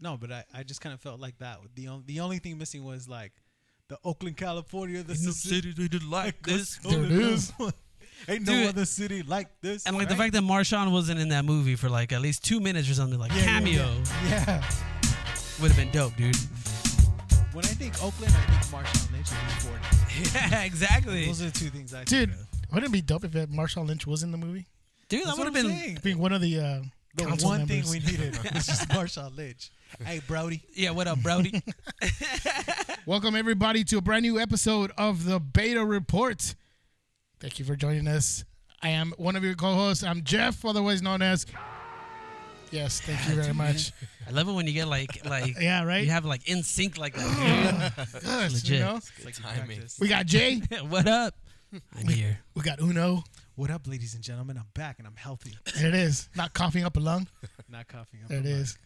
No, but I, I just kind of felt like that. The only the only thing missing was like the Oakland, California, the In the city. city, they did like this. There it is. Ain't no Dude. other city like this. And like the right? fact that Marshawn wasn't in that movie for like at least two minutes or something, like Yeah, yeah, cameo, yeah. would have been dope, dude. When I think Oakland, I think Marshawn Lynch and Ford. yeah, exactly, Those are the two things I Dude, think of. wouldn't it be dope if that Marshawn Lynch was in the movie? dude. That That's would what I'm have been. saying. Being one of the uh, the council one members. thing we needed was just Marshawn Lynch. Hey, Brody. Yeah, what up, Brody? Welcome everybody to a brand new episode of the Beta Report. Thank you for joining us. I am one of your co-hosts. I'm Jeff, otherwise known as. Yes, thank you very much. I love it when you get like like Yeah, right. you have like in sync like that. Us, legit. You know? It's like timing. practice. We got Jay. dude. what up? I'm here. We got Uno. What up, ladies and gentlemen? I'm back and I'm healthy. There it is. Not coughing up a lung. Not coughing up. There it a lot. is.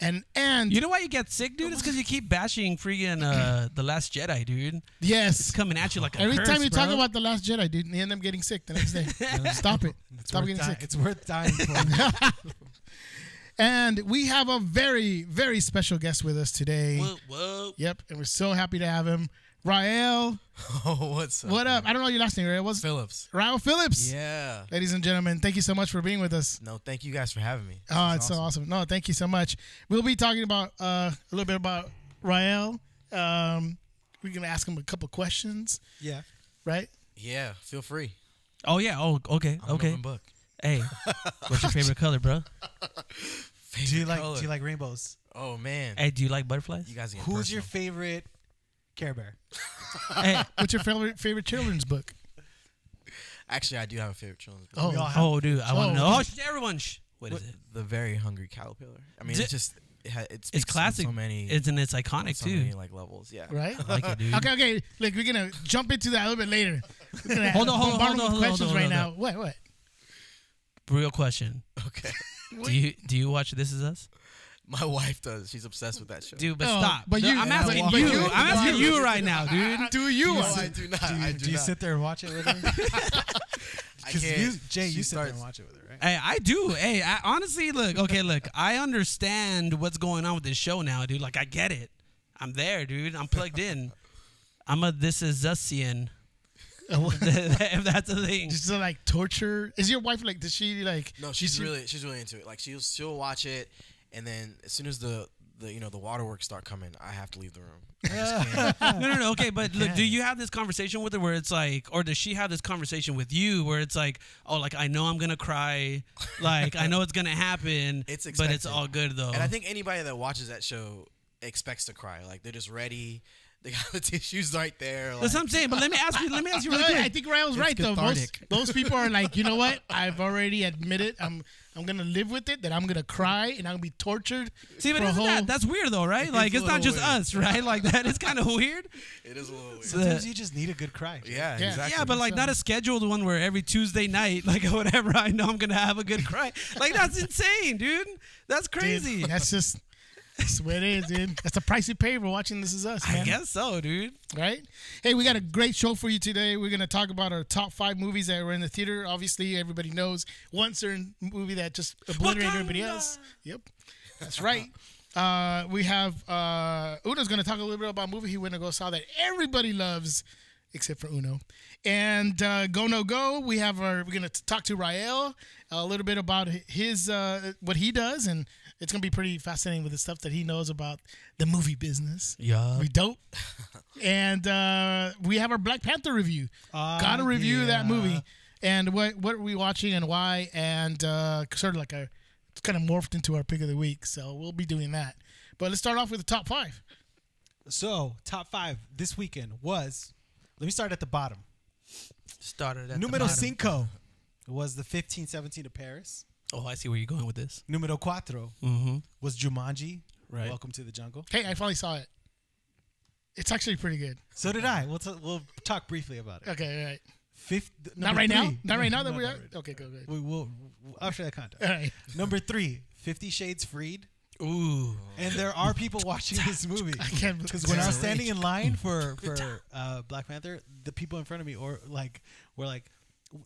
And and You know why you get sick, dude? It's because you keep bashing freaking uh, the Last Jedi, dude. yes. It's coming at you like a Every curse, time you talk bro. about the Last Jedi, dude, you end up getting sick the next day. Stop it. It's Stop worth getting di- sick. It's worth dying for. And we have a very very special guest with us today. Whoa, whoa. Yep, and we're so happy to have him. Rael, Oh, what's up? what up? I don't know your last name, Rael. What's Phillips. Rael Phillips? Yeah. Ladies and gentlemen, thank you so much for being with us. No, thank you guys for having me. Oh, it's so awesome. No, thank you so much. We'll be talking about uh, a little bit about Rael. Um, we're gonna ask him a couple questions, yeah. right? Yeah, feel free. Oh yeah. Oh okay. I'm an okay. open book. Hey, what's your favorite color, bro? Favorite Do you like color. Do you like rainbows? Oh man, Hey, do you like butterflies? you guys. Get Who's your personal. favorite Care Bear? hey. What's your favorite favorite children's book? Actually, I do have a favorite children's book. Oh, We all have- Oh, dude, I want Oh. to know. Oh, shit, everyone. Shh. What is it? The Very Hungry Caterpillar. I mean, Di- it's just it ha- it It's speaks on classic. So many. It's and it's on iconic so too. many like levels. Yeah. right? I like it, dude. Okay, okay. Look, we're gonna jump into that a little bit later. We're gonna Hold on, hold on, bombard hold him on, hold with on, hold questions on, right hold now. on. What? What? Real question. Okay. Do you do you watch This Is Us? My wife does. She's obsessed with that show. Dude, but Oh, stop. but Dude, you- I'm but asking you- you. you- I'm asking you- you right now, dude. Do you? No, want- I do not. Do you, I do do, you not. sit there and watch it with her? I Because can't. you, Jay, She you sit there and starts- watch it with her, right? Hey, I do. Hey, I honestly look. Okay, look. I understand what's going on with this show now, dude. Like, I get it. I'm there, dude. I'm plugged in. I'm a This Is Usian. if that's a thing. Just to like torture. Is your wife like? Does she like? No, she's she- really she's really into it. Like she'll she'll watch it, and then as soon as the the you know the waterworks start coming, I have to leave the room. I just can't. no, no, no. Okay, but look, do you have this conversation with her where it's like, or does she have this conversation with you where it's like, oh, like I know I'm gonna cry, like I know it's gonna happen, It's but it's expected. all good though. And I think anybody that watches that show expects to cry. Like they're just ready. They got the tissues right there. Like, that's what I'm saying. But let me ask you. Let me ask you No, really I I quick. think Rael's right though. Most, cathartic. most people are like, you know what? I've already admitted. I'm I'm gonna live with it. That I'm gonna cry and I'm gonna be tortured. See, but for a isn't whole- that that's weird though, right? Like a it's not little just weird. us, right? Like that is kind of weird. it is a little weird. Sometimes you just need a good cry. Jay. yeah, Yeah. exactly. Yeah, but like not a scheduled one where every Tuesday night, like or whatever, I know I'm gonna have a good cry. Like that's insane, dude. That's Dude, crazy. That's just. That's what it is, dude. That's the price you pay for watching This Is Us, man. I guess so, dude. right? Hey, we got a great show for you today. We're going to talk about our top five movies that were in the theater. Obviously, everybody knows one certain movie that just obliterated everybody Wakanda. else. Yep, that's right. Uh, we have uh, Uno's going to talk a little bit about a movie he went and go saw that everybody loves, except for Uno. And uh, go no go. We have our. We're going to talk to Rael a little bit about his uh, what he does, and it's going to be pretty fascinating with the stuff that he knows about the movie business. Yeah. We dope. and uh, we have our Black Panther review. Ah, Gotta review that yeah. movie. And what what are we watching and why and uh, sort of like a it's kind of morphed into our pick of the week, so we'll be doing that. But let's start off with the top five. So, top five this weekend was. Let me start at the bottom. Started at Numero cinco was the 1517 to Paris. Oh, I see where you're going with this. Numero cuatro Mm-hmm. was Jumanji. Right. Welcome to the jungle. Hey, I finally saw it. It's actually pretty good. So did I. We'll, t- we'll talk briefly about it. Okay, all right. Fifth, Not number right now. three. Not right now that No, we not are. right now. Okay, go good. We will after that context. All right. Number three, Fifty Shades Freed. Ooh. And there are people watching this movie. can't- Because when I was Great. standing in line for, for uh, Black Panther, the people in front of me or like were like,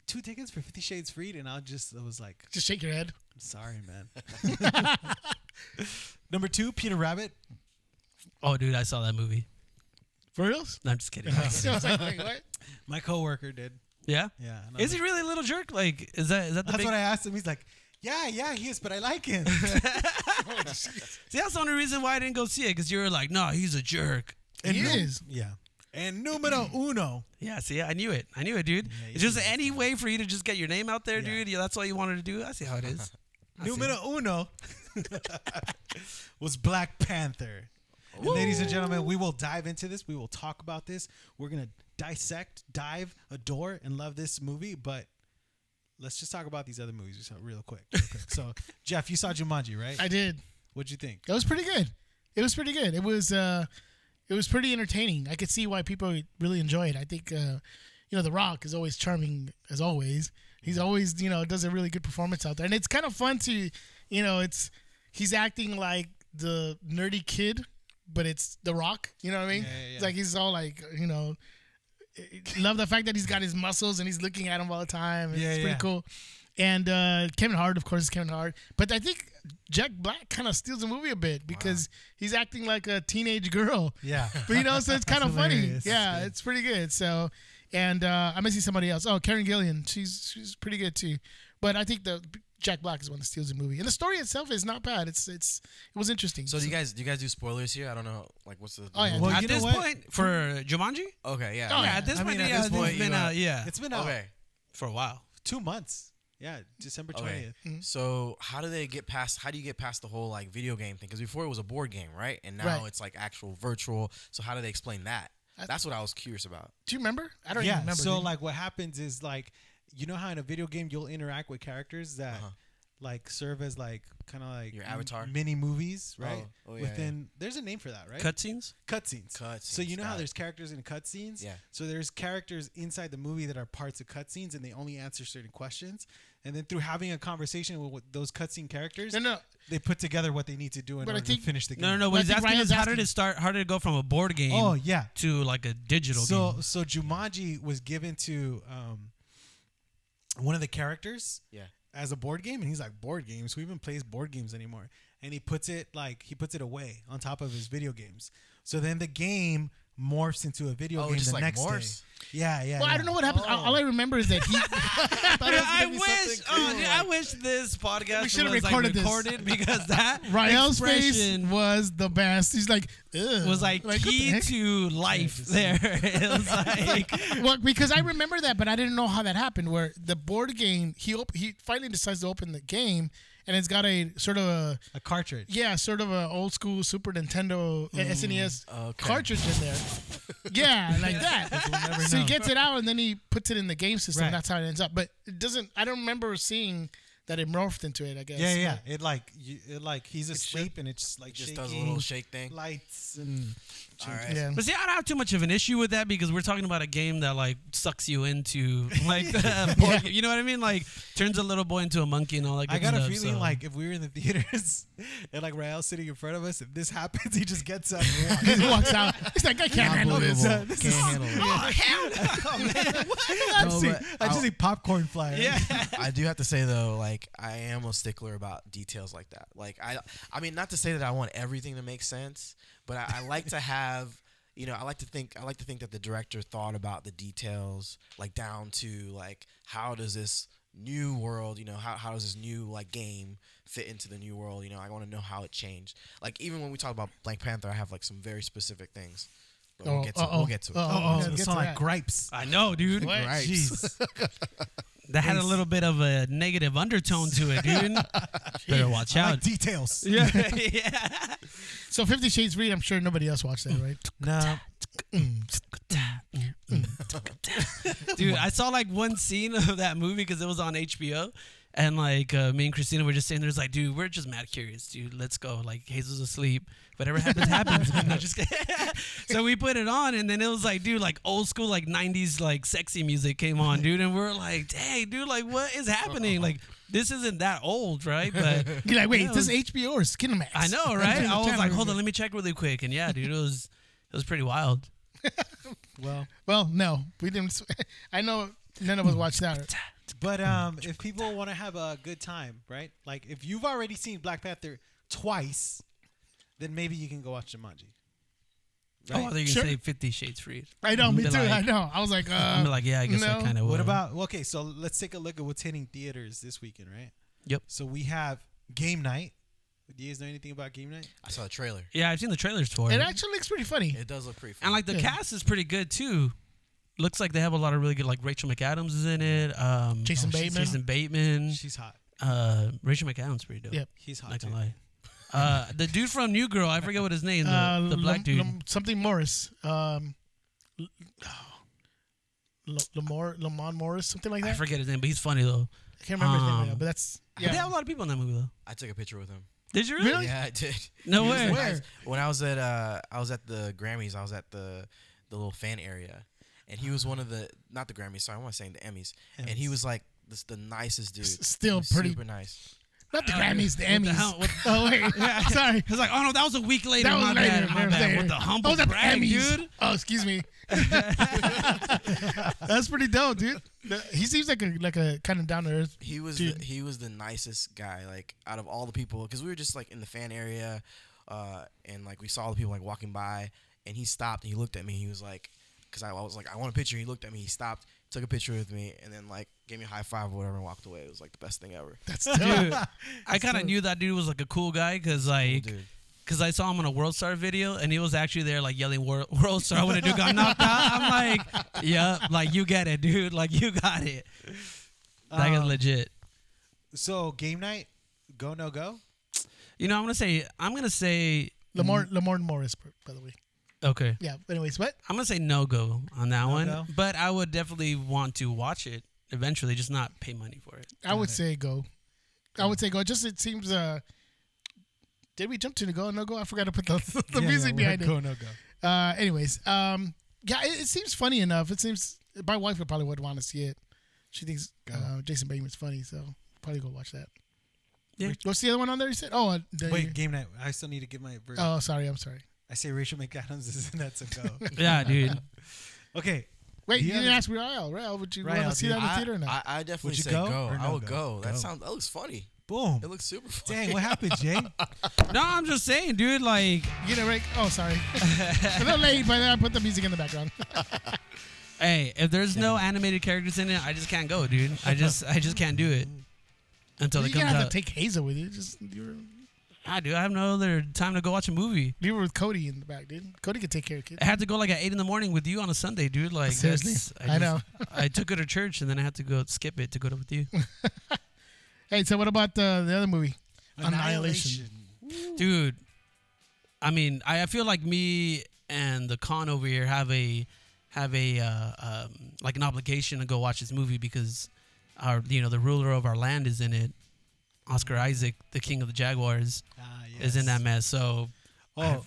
two tickets for Fifty Shades Freed, and I just I was like, Just shake your head. I'm sorry, man. number two, Peter Rabbit. Oh, dude, I saw that movie. For reals? No, I'm just kidding. I was like, wait, what? My coworker did. yeah. Yeah. and I Is was he like- really a little jerk? Like, is that is that the That's big? what I asked him. He's like, yeah, yeah, he is, but I like him. See, that's the only reason why I didn't go see it because you were like, no, he's a jerk. He nu- is. Yeah. And numero uno. Yeah, see, I knew it. I knew it, dude. you it's just any way for you to just get your name out there, Yeah. dude. Yeah, that's all you wanted to do. I see how it is. I see. Numero uno was Black Panther. And ladies and gentlemen, we will dive into this. We will talk about this. We're going to dissect, dive, adore, and love this movie. But let's just talk about these other movies just real quick. Real quick. so, Jeff, you saw Jumanji, right? I did. What'd you think? It was pretty good. It was pretty good. It was uh, it was pretty entertaining. I could see why people really enjoy it. I think uh, you know The Rock is always charming as always. He's always you know does a really good performance out there, and it's kind of fun to you know it's he's acting like the nerdy kid, but it's The Rock. You know what I mean? Yeah, yeah, yeah. It's like he's all like you know. eh, Love the fact that he's got his muscles and he's looking at him all the time. It's Yeah, pretty yeah. cool. And uh, Kevin Hart, of course, is Kevin Hart. But I think Jack Black kind of steals the movie a bit because he's acting like a teenage girl. Yeah. But you know, so it's kind of That's funny. hilarious. That's Yeah, good. it's pretty good. So, and uh, I'm gonna see somebody else. Oh, Karen Gillian, she's she's pretty good too. But I think the Jack Black is the one that steals the movie, and the story itself is not bad. It's it's it was interesting. So do you guys do you guys do spoilers here? I don't know. Like what's the? Oh, yeah. Well, at you know this what? point, for Jumanji, Okay. Yeah. Oh, yeah, yeah. at this I point, mean, at yeah, this I think point, it's been you uh, are- yeah, It's been out Okay. for a while. two months. Yeah, December 20th. Okay. So how do they get past? How do you get past the whole like video game thing? Because before it was a board game, right? And now Right. it's like actual virtual. So how do they explain that? I- That's what I was curious about. do you remember? I don't yeah, even remember. So dude. like what happens is like you know how in a video game you'll interact with characters that Uh-huh. like serve as like kind of like Your avatar? mini movies, right? oh, yeah, yeah. Within there's a name for that, right? Cutscenes. cutscenes. Cutscenes, So you know how got it. there's characters in cutscenes. Yeah. So there's characters inside the movie that are parts of cutscenes, and they only answer certain questions. And then through having a conversation with, with those cutscene characters, no, no, they put together what they need to do in But I order think- to finish the game. No, no, no. What I he's think asking Ryan's is how did asking- it start? How did it go from a board game Oh yeah. to like a digital so game? so Jumanji was given to um, one of the characters Yeah. as a board game, and he's like, "Board games? Who even plays board games anymore?" And he puts it like he puts it away on top of his video games. So then the game morphs into a video Oh, game just the like next morphs? day. Yeah, yeah. well, I yeah. uh, don't know what happened. All, all I remember is that he. I thought it was I gonna be something wish, cool, oh, dude, like- I wish this podcast We was should've like, recorded this. recorded because that Rael's face expression was the best. He's like, Ugh. was like, what the key heck? to life. there, it was like well, because I remember that, but I didn't know how that happened. Where the board game, he op- he finally decides to open the game, and it's got a sort of a A cartridge. yeah, sort of a old school Super Nintendo uh, SNES Okay. cartridge in there. yeah, like We'll that. never So he know. gets it out, and then he puts it in the game system. Right. That's how it ends up. But it doesn't. I don't remember seeing that it morphed into it. I guess. Yeah, yeah. It like you, it like he's asleep and it's like Just shaking, does a little shake thing. lights and All right. Yeah. But see, I don't have too much of an issue with that because we're talking about a game that like sucks you into like the board game. You know what I mean? Like turns a little boy into a monkey and all that. Good I got a stuff, feeling so. like if we were in the theaters and like Rael's sitting in front of us, if this happens, he just gets up and walks. He walks out. He's like, I can't handle this. Uh, this is- oh hell no, man. I No, just see- but I just I'll- see popcorn flying. Yeah. I do have to say though, like I am a stickler about details like that. Like I, I mean, not to say that I want everything to make sense, but I, I like to have, you know, I like to think, I like to think that the director thought about the details, like down to like how does this new world, you know, how how does this new like game fit into the new world? You know, I want to know how it changed. Like even when we talk about Black Panther, I have like some very specific things. But Oh, we'll get to it. uh-oh. We'll get to it. Oh, Uh-oh. Yeah, so get it's to not like that. gripes. I know, dude. What? Right. Jeez. That had a little bit of a negative undertone to it, dude. Better watch I out. like details. yeah, yeah. So Fifty Shades Read. I'm sure nobody else watched Oh. that, right? No. Dude, I saw like one scene of that movie because it was on HBO. And like uh, me and Christina were just sitting there, it's like, dude, we're just mad curious, dude. Let's go. Like Hazel's asleep. Whatever happens, happens. No, just kidding. so we put it on, and then it was like, dude, like old school, like '90s, like sexy music came on, dude, and we're like, dang, dude, like what is happening? Like this isn't that old, right? But You're like, wait, Yeah, it was- this is HBO or Skinamax? I know, right? I was Channel like, hold review. on, let me check really quick, and yeah, dude, it was it was pretty wild. Well, Well, no, we didn't. I know none of us watched that. but um, if people want to have a good time, right? Like if you've already seen Black Panther twice, then maybe you can go watch Jumanji. Oh, I thought you were Sure. gonna say Fifty Shades Freed. I know, me Be too. like- I know. I was like, uh, I'm like, yeah, I guess I no. kind of would. What about okay? So let's take a look at what's hitting theaters this weekend, right? Yep. So we have game night. Do you guys know anything about game night? I saw the trailer. Yeah, I've seen the trailers for it. It actually looks pretty funny. It does look pretty. Fun. and like the Yeah. cast is pretty good too. Looks like they have a lot of really good. Like Rachel McAdams is in it. Um, Jason she's- Bateman. Jason Bateman. She's hot. Uh, Rachel McAdams pretty dope. Yep. He's hot. Not Too. gonna lie. Uh, the dude from New Girl, I forget what his name. The, Uh, the black Lam- dude. Lam- something Morris. Um, L- oh, L- Lamar, Lamont Morris, something like that. I forget his name, but he's funny though. I can't remember his name right now, Um, but that's Yeah. They have yeah. a lot of people in that movie though. I took a picture with him. Did you really? Really? Yeah, I did. No He was way. the Where? nice- When I was at uh, I was at the Grammys. I was at the the little fan area, and he was one of the not the Grammys. Sorry, I was saying the Emmys. And he Emmys. was like this, the nicest dude. S- still He was pretty- super nice. Not the Uh, Grammys, the what the Emmys. hell- what- oh wait, sorry. He's like, oh no, that was a week later. That was my later. bad, my that was bad. later. With the I humble was at the brag, Emmys. dude. Oh, excuse me. That's pretty dope, dude. The- He seems like a like a kind of down to earth. He was Dude. the, he was the nicest guy. Like out of all the people, because we were just like in the fan area, uh, and like we saw all the people like walking by, and he stopped and he looked at me. He was like, because I, I was like, I want a picture. He looked at me. He stopped, took a picture with me, and then like gave me a high five or whatever, and walked away. It was like the best thing ever. That's Dude, dope. I kind of knew that dude was like a cool guy because like, dude. because I saw him on a World Star video and he was actually there like yelling World, World Star when a dude got knocked out. I'm like, yeah, like you get it, dude. Like you got it. That guy's Um, legit. So game night, go no go. You know, I'm gonna say, I'm gonna say, Lamar Lamar Morris, by by the way. okay, Yeah. but Anyways, what? I'm gonna say no go on that one, go? but I would definitely want to watch it eventually, just not pay money for it. I would say go. I would say go. Just it seems. uh Did we jump to the go and no go? I forgot to put the, the Yeah, music yeah, we're behind it. Go no go. Uh, anyways, um, yeah, it, it seems funny enough. It seems my wife would probably would want to see it. She thinks uh, Jason Bateman's funny, so probably go watch that. Yeah. What's the other one on there? You said? Oh, uh, the, Wait, game night. I still need to give my verdict. Oh, sorry. I'm sorry. I say Rachel McAdams is in that's a go. Yeah, dude. okay, Wait, The you didn't other- ask Rael. Rael, would you Rael, want to see dude. that in the I, theater or not? I, I definitely Would you say go go. or I no would go? go. That Go. sounds that looks funny. boom. It looks super funny. Dang, what happened, Jay? No, I'm just saying, dude. Like, you get a break? Oh, sorry. a little late, but I put the music in the background. hey, if there's no animated characters in it, I just can't go, dude. I just, I just can't do it until you it gotta comes have to out. take Hazel with you. Just you were, I do. I have no other time to go watch a movie. you were with Cody in the back, dude. Cody could take care of kids. I had to go like at eight in the morning with you on a Sunday, dude. Like, Seriously, that's- I just- know. I took her to church and then I had to go skip it to go to with you, Hey, so what about the the other movie? Annihilation. dude. I mean, I, I feel like me and the con over here have a have a uh, um, like an obligation to go watch this movie because our you know the ruler of our land is in it. Oscar Isaac, the king of the Jaguars, Ah, is in yes. that mess. So Oh,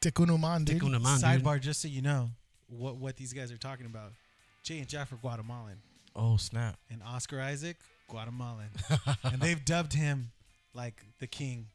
Tikkun Man, dude. Tikkun Oman, dude. sidebar, just so you know what what these guys are talking about. Jay and Jack are Guatemalan, Oh snap! and Oscar Isaac Guatemalan, and they've dubbed him like the king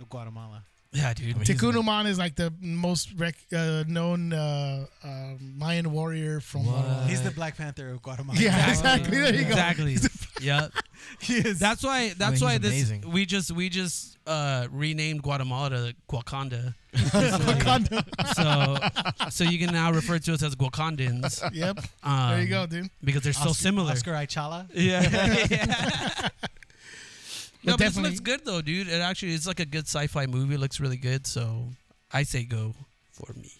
of Guatemala. yeah, dude. mean, Tikkun Oman is like the most rec- uh, known uh, uh, Mayan warrior from. Uh, He's the Black Panther of Guatemala. Yeah, exactly. There you go. Exactly. yep. he is. That's why. That's he's why this. amazing. We just we just uh, renamed Guatemala to Guacanda. so so you can now refer to us as Guacandans. yep. Um, There you go, dude. Because they're so Oscar- similar. Oscar Aychala. Yeah. No, But but it definitely- looks good though, dude. It actually it's like a good sci-fi movie. It looks really good, so I say go for me.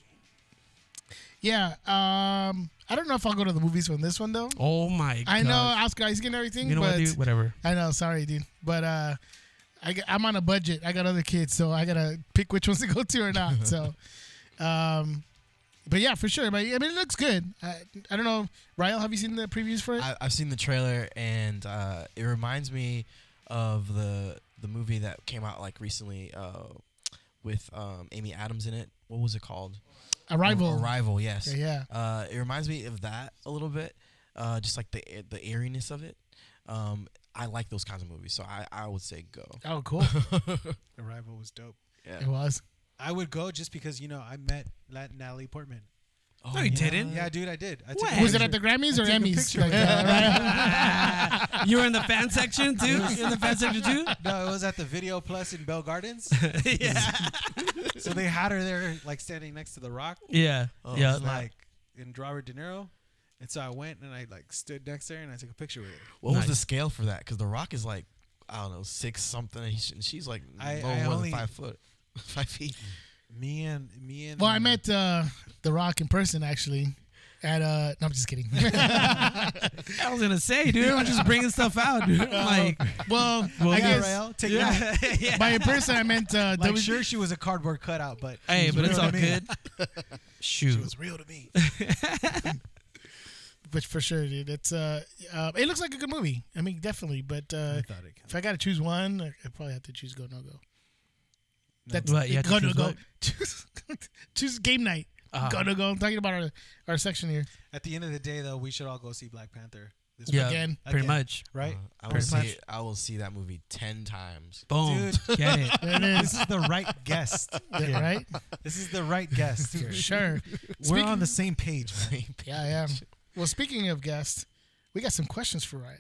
Yeah. Um, I don't know if I'll go to the movies from this one though. Oh my! I know gosh. Oscar Isaac and everything, You know but what, dude? Whatever. I know. Sorry, dude. But uh, I, got- I'm on a budget. I got other kids, so I gotta pick which ones to go to or not. so, um, but yeah, for sure. But I mean, it looks good. I, I don't know, Ryle. Have you seen the previews for it? I, I've seen the trailer, and uh, it reminds me of the the movie that came out like recently uh, with um, Amy Adams in it. What was it called? Arrival. Arrival. Yes. Yeah, yeah. Uh, it reminds me of that a little bit, uh, just like the the airiness of it. Um, I like those kinds of movies, so I, I would say go. Oh, cool. Arrival was dope. it was. I would go just because you know I met Nat- Natalie Portman. Oh, no, you didn't. Yeah, dude, I did. I What? a Was it at picture. the Grammys I or took a Emmys? picture Like, with uh, right? you were in the fan section too. You were in the fan section too. No, it was at the Video Plus in Bell Gardens. yeah. So they had her there, like standing next to the rock, Yeah. yeah. like in Robert De Niro. And so I went and I like stood next to her and I took a picture with her. What was the Nice. scale for that? Because The Rock is like, I don't know, six something, and he's- and she's like I- no I more only- than five foot, five feet. Me and me and Well, I um, met uh, The Rock in person actually. At uh, no, I'm just kidding. I was gonna say, dude. I'm just bringing stuff out, dude. I'm like, well, Well, I Yeah, guess Rael, take it out. yeah, yeah. by in person I meant uh, Like, w- sure, she was a cardboard cutout, but Hey, she's but real it's to all me. good. She Shoot. was real to me. but for sure, dude. It's uh, uh, it looks like a good movie. I mean, definitely. But uh, I thought it if I got to choose one, I I'd probably have to choose Go No Go. That's Right, you have to Go No choose Go. what? Choose, choose Game Night. Ah. Go No Go. I'm talking about our, our section here At the end of the day, though, we should all go see Black Panther. This Yeah, again. pretty Again. much. right? Uh, I will Pretty see. much. it- I will see that movie ten times. Boom. Get it. There it this is. is the right guest. here. right? This is the right guest. Here. Sure. We're on the same page. Yeah, I am. Well, speaking of guests, we got some questions for Ryan.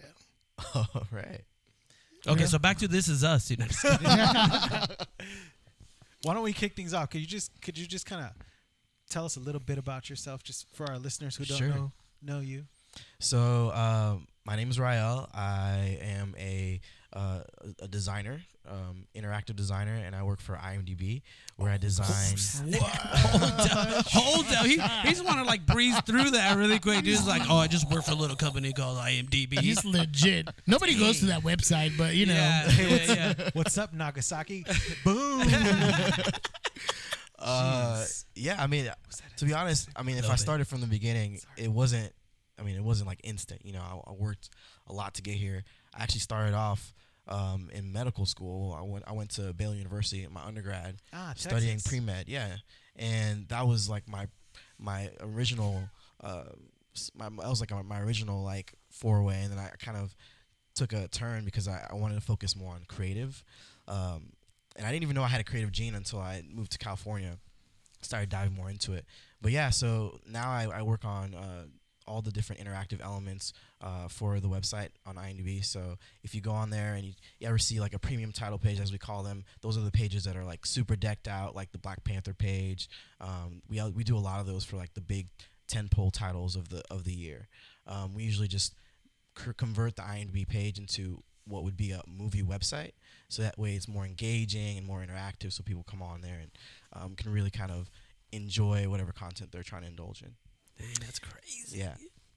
All right. Okay, so back to this is us. You know, just kidding. Why don't we kick things off? Could you just could you just kind of tell us a little bit about yourself, just for our listeners who don't Sure. know know you? So um, my name is Rael. I am a uh, a designer, um, interactive designer, and I work for IMDb, where I design. hold down. He, he's want to like breeze through that really quick. Dude, He's like, oh, I just work for a little company called IMDb. He's legit. Nobody goes to that website, but you know. yeah, yeah, yeah. What's up, Nagasaki? Boom! Uh, Jeez. yeah, I mean, to be honest, I mean, if Love I it. started from the beginning, it wasn't. I mean, it wasn't like instant. You know, I, I worked a lot to get here. I actually started off um, in medical school. I went. I went to Baylor University in my undergrad, Ah, studying Texas. pre med. Yeah, and that was like my my original. Uh, s- my, that was like my, my original like four way, and then I kind of took a turn because I, I wanted to focus more on creative. Um, and I didn't even know I had a creative gene until I moved to California, started diving more into it. But yeah, so now I, I work on uh, all the different interactive elements uh, for the website on IMDb. So if you go on there and you, you ever see like a premium title page, as we call them, those are the pages that are like super decked out, like the Black Panther page. Um, we, al- we do a lot of those for like the big tentpole titles of the of the year. Um, we usually just cr- convert the IMDb page into what would be a movie website. So that way it's more engaging and more interactive, so people come on there and um, can really kind of enjoy whatever content they're trying to indulge in. Dang, that's crazy. Yeah.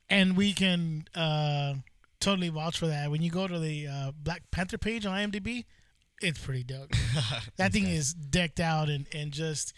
And we can uh, totally vouch for that. When you go to the uh, Black Panther page on IMDb, it's pretty dope. that thing is decked out and, and just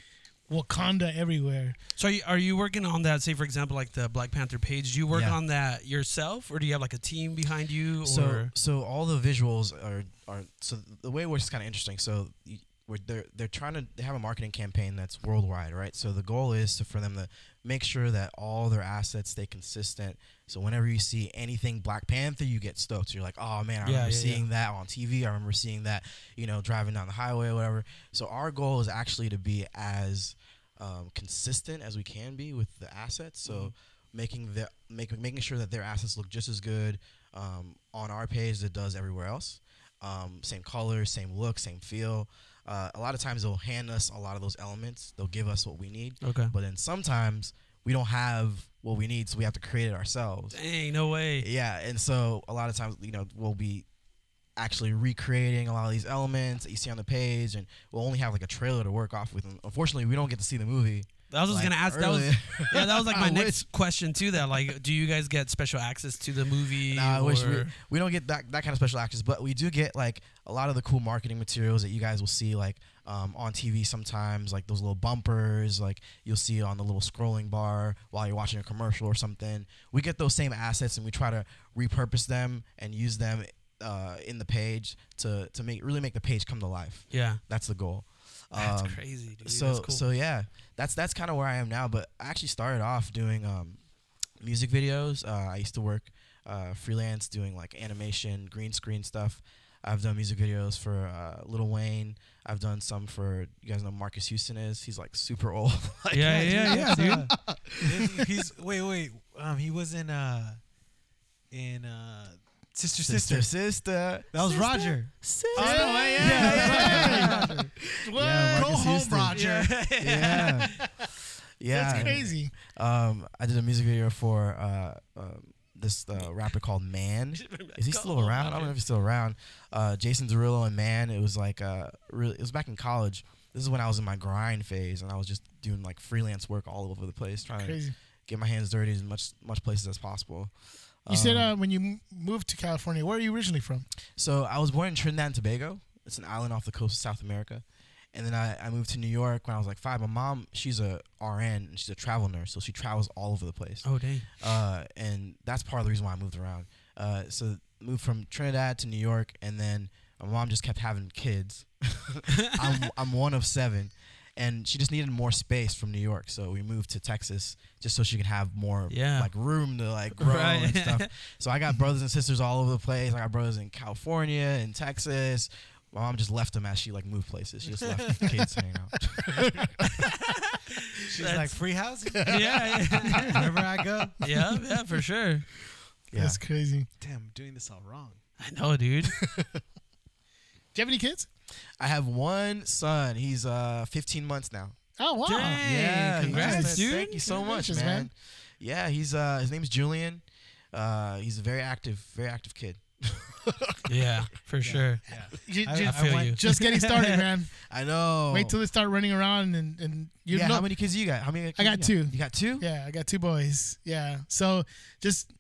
Wakanda everywhere. So, are you, are you working on that? Say, for example, like the Black Panther page. Do you work Yeah. on that yourself, or do you have like a team behind you? Or So so all the visuals are are so the way it works is kind of interesting. So y- we're, they're they're trying to they have a marketing campaign that's worldwide, right? So the goal is to, for them to make sure that all their assets stay consistent. So whenever you see anything Black Panther, you get stoked. You're like, oh man, I Yeah, remember yeah, seeing that on TV. I remember seeing that, you know, driving down the highway or whatever. So our goal is actually to be as um, consistent as we can be with the assets. So Mm-hmm. making the making making sure that their assets look just as good um, on our page as it does everywhere else. Um, same color, same look, same feel. Uh, a lot of times they'll hand us a lot of those elements. They'll give us what we need. okay. But then sometimes we don't have what we need, so we have to create it ourselves. Dang, no way. Yeah, and so a lot of times, you know, we'll be actually recreating a lot of these elements that you see on the page, and we'll only have like a trailer to work off with. And unfortunately, we don't get to see the movie. I was just like, gonna ask. That was early. yeah. That was like I my wish. next question too. That like, do you guys get special access to the movie? Nah, I wish we, or- we don't get that, that kind of special access, but we do get like a lot of the cool marketing materials that you guys will see like um, on TV sometimes, like those little bumpers, like you'll see on the little scrolling bar while you're watching a commercial or something. We get those same assets and we try to repurpose them and use them uh, in the page to to make really make the page come to life. Yeah, That's the goal. that's Um, crazy, dude. so that's cool. so yeah, that's that's kind of where I am now. But I actually started off doing um, music videos. Uh, I used to work uh, freelance doing like animation, green screen stuff. I've done music videos for uh, Lil Wayne. I've done some for you guys know who Marcus Houston is. He's like super old. like, yeah, yeah, yeah, dude. He- he's wait, wait. Um, he was in uh, in uh, Sister Sister. Sister, sister. That was sister, Roger. Sister. Oh, yeah, yeah, yeah, yeah. Yeah, Go Marcus home, Houston. Roger. manager. yeah, yeah. That's crazy. Um, I did a music video for uh, um this uh, rapper called Man. Is he still "Oh, around? I don't know if he's still around. Uh, Jason Derulo and Man. It was like uh, really. It was back in college. This is when I was in my grind phase, and I was just doing like freelance work all over the place, trying Crazy. to get my hands dirty as much much places as possible. You said Um, uh, when you m- moved to California, where are you originally from? So I was born in Trinidad and Tobago. It's an island off the coast of South America. And then I, I moved to New York when I was like five. My mom, she's a RN and she's a travel nurse, so she travels all over the place. Oh dang. Uh, and that's part of the reason why I moved around. Uh, so moved from Trinidad to New York, and then my mom just kept having kids. I'm, I'm one of seven, and she just needed more space from New York, so we moved to Texas just so she could have more Yeah. like room to like grow Right. and stuff. So I got brothers and sisters all over the place. I got brothers in California and Texas. My mom just left them as she like moved places. She just left the kids hanging out. She's That's- like free housing. Yeah, yeah, Wherever I go, yeah, yeah, for sure. Yeah. That's crazy. damn, I'm doing this all wrong. I know, dude. Do you have any kids? I have one son. He's uh 15 months now. Oh wow. Dang. yeah, congrats, he's- dude. Thank you so much, Congratulations, man. man. Yeah, he's uh his name's Julian. Uh he's a very active, very active kid. Yeah, for sure. Yeah, You- I- you- I feel went- you. just getting started, man. I know. Wait till they start running around and, and you Oh. yeah, know. how many kids you got? How many? Kids I got you two. You got two? yeah, I got two boys. Yeah, so just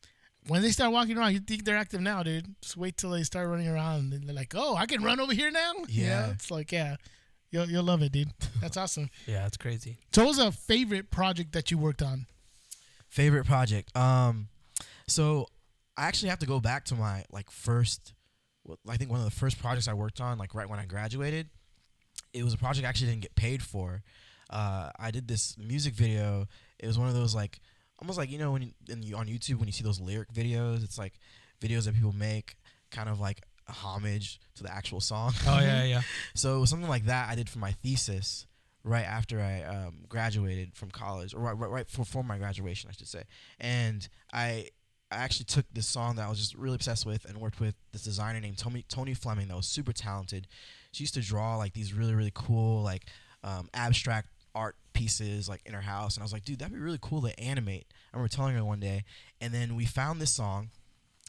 when they start walking around, you think they're active now, dude. Just wait till they start running around and they're like, "Oh, I can run over here now." You Yeah. know, it's like yeah, you'll you'll love it, dude. That's awesome. Yeah, it's crazy. So, what was a favorite project that you worked on? Favorite project. Um, so I actually have to go back to my like first. well, I think one of the first projects I worked on, like right when I graduated, it was a project I actually didn't get paid for. Uh, I did this music video. It was one of those like almost like you know when you, in, you- on YouTube when you see those lyric videos, it's like videos that people make kind of like a homage to the actual song. Oh yeah, yeah. So it was something like that I did for my thesis right after I um, graduated from college, or right, right, right for, for my graduation, I should say. And I, I actually took this song that I was just really obsessed with and worked with this designer named Tony, Tony Fleming that was super talented. She used to draw like these really, really cool, like um, abstract art pieces like in her house. And I was like, dude, that'd be really cool to animate. I remember telling her one day. And then we found this song.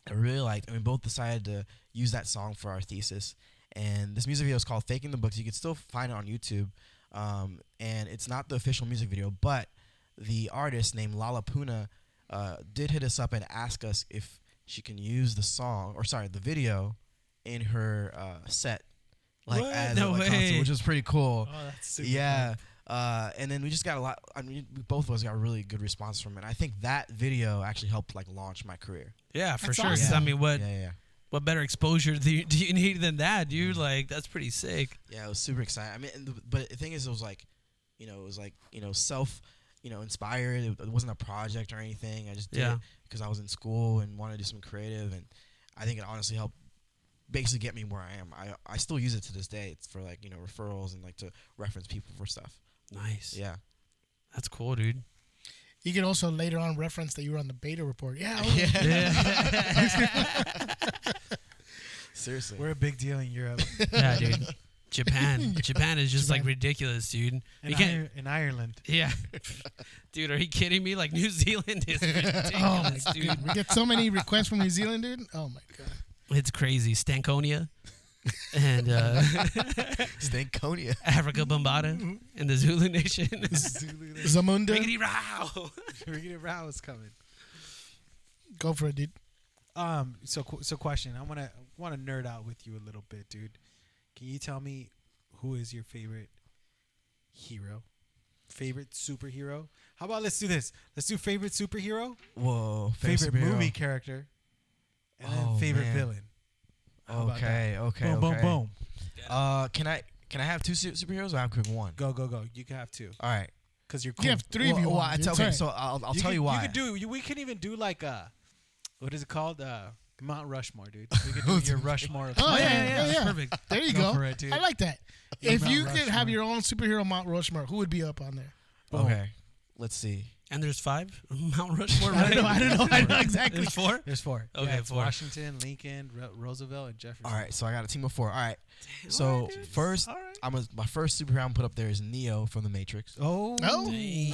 I really liked, and we both decided to use that song for our thesis. And this music video is called "Faking the Books." You can still find it on YouTube, um, and it's not the official music video, but the artist named Lala Puna uh, did hit us up and ask us if she can use the song, or sorry, the video, in her uh, set, like What? as No a like, concert, way. which was pretty cool. oh, that's super Yeah. Uh, and then we just got a lot. I mean, we- both of us got really good response from it. I think that video actually helped like launch my career. Yeah, for That's sure. 'Cause, awesome. I mean, what yeah, yeah, yeah. what better exposure do you, do you need than that, dude? Like, that's pretty sick. Yeah, it was super exciting. I mean, and the, but the thing is, it was like, you know, it was like, you know, self, you know, inspired. It, it wasn't a project or anything. I just did Yeah. it because I was in school and wanted to do some creative, and I think it honestly helped basically get me where I am. I I still use it to this day. It's for like you know referrals and like to reference people for stuff. Nice. Yeah. That's cool, dude. You could also later on reference that you were on the beta report. Yeah, oh, I was- Seriously. We're a big deal in Europe yeah, dude. Japan, Japan is just like ridiculous, dude. and you can't. Ir- in Ireland. yeah, dude. Are you kidding me? Like New Zealand is Oh my ridiculous, dude. dude, we get so many requests from New Zealand, dude. Oh my god. It's crazy. Stankonia and uh, Stankonia. Africa Bombata and the Zulu Nation. Zulu, Zamunda, Riggedy row. Riggedy Row is coming. go for it, dude. Um, so qu- so question. I want to want to nerd out with you a little bit, dude. Can you tell me who is your favorite hero? Favorite superhero? How about let's do this? Let's do favorite superhero, Whoa. favorite superhero. movie character, and Oh, then favorite man. villain. How about that? Okay. Okay. boom, okay. boom, boom. Uh, can I can I have two su- superheroes? Or I have to pick one. Go, go, go. You can have two All right. because you're You cool. can have three of Well, you. well, want, I dude. tell, It's all okay, right. so I'll, I'll tell could- you why. You could do. You, we could even do like a, what is it called? Uh, Mount Rushmore, dude. We could do your Rushmore. Of Oh, yeah, yeah, yeah, yeah. Perfect. There you Go go. for it, dude. I like that. Yeah, if Mount you could Rushmore. have your own superhero Mount Rushmore, who would be up on there? Boom. Okay. Let's see. And there's five Mount Rushmore. I don't know. I don't know. I don't know exactly. There's four. There's four. Okay, Yeah, it's four. Washington, Lincoln, Ro- Roosevelt, and Jefferson. All right, so I got a team of four. All right, so alright, dude. first, Alright. I'm a, my first superhero I'm put up there is Neo from the Matrix Oh, Oh,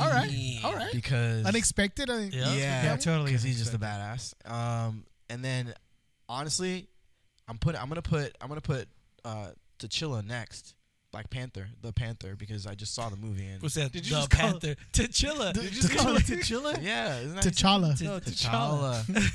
all right, all right. because Unexpected. I think. Yeah. yeah, Yeah, totally. because he's just a unexpected. badass. Um, and then honestly, I'm put I'm gonna put I'm gonna put uh T'Challa next, Black Panther, the Panther, because I just saw the movie and What's that? Did Did you you the just call- Panther. T'Challa. Did you just call it T'Challa? yeah, isn't that T'Challa. No, T'Challa.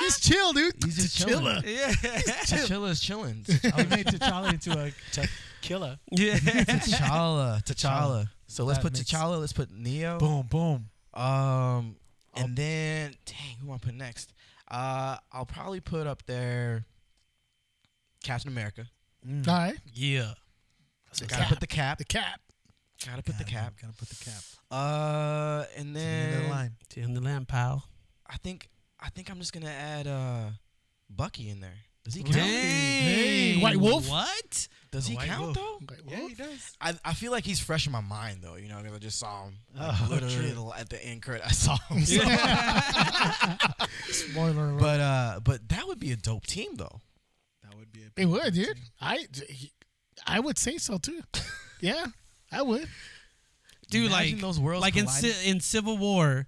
He's chill, dude. He's just T'Challa. chilling. yeah. T'Challa's chilling. I made T'Challa into a ch- killer. yeah. T'Challa, T'Challa. So let's That put makes- T'Challa. Let's put Neo. Boom, Oh. boom. Um, and then dang, who am I put next? Uh, I'll probably put up there Captain America. Mm. All right. Yeah. So The gotta cap. put the cap. The cap. Gotta put the Gotta- cap. Gotta put the cap. Uh, and Another then line. To in the land, pal. I think I think I'm just gonna add uh Bucky in there. Does he count? Dang. White Wolf? What? Does he White count Wolf. though? Okay, Yeah, well, he does. I, I feel like he's fresh in my mind though, you know, because I just saw him like, Oh, literally true. at the end credit. I saw him. so- Spoiler alert. But uh, but that would be a dope team though. That would be a. It would, dude. I, I would say so too. yeah, I would. Dude, Imagine like those worlds like in colliding. Ci- in Civil War,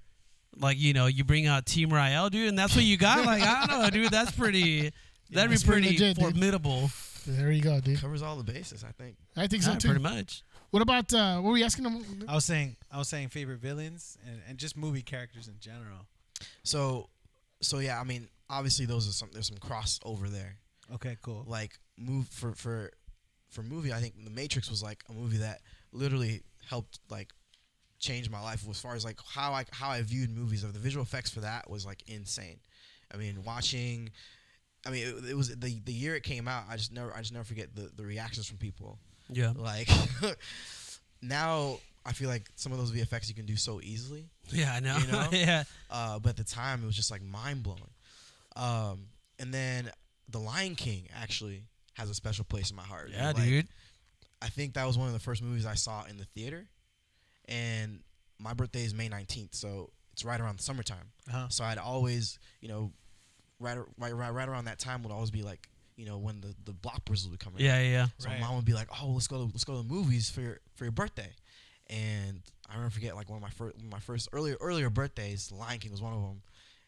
like you know, you bring out Team Rael, dude, and that's what you got. Like I don't know, dude, that's pretty. That'd that's be pretty pretty legit, dude. formidable. There you go, dude. covers all the bases, I think. I think Yeah, so pretty too. much. What about uh, what were you asking them? I was saying, I was saying favorite villains and, and just movie characters in general. So, so yeah, I mean, obviously those are some. There's some crossover there. Okay, cool. Like move for for for movie. I think The Matrix was like a movie that literally helped like change my life as far as like how I how I viewed movies. Like, the visual effects for that was like insane. I mean, watching. I mean, it, it was the the year it came out. I just never I just never forget the the reactions from people. Yeah. Like now, I feel like some of those VFX you can do so easily. Yeah, I know. You know? yeah. uh, but at the time it was just like mind blowing. Um, and then The Lion King actually has a special place in my heart. Yeah, Like, dude. I think that was one of the first movies I saw in the theater, and my birthday is May nineteenth, so it's right around the summertime. Uh-huh. So I'd always, you know, right, right, right, right around that time would always be like, you know, when the the blockbusters would come. out. Yeah, yeah, yeah. So Right. mom would be like, "Oh, let's go to let's go to the movies for your for your birthday," and I remember forget like one of my first my first earlier earlier birthdays, Lion King was one of them,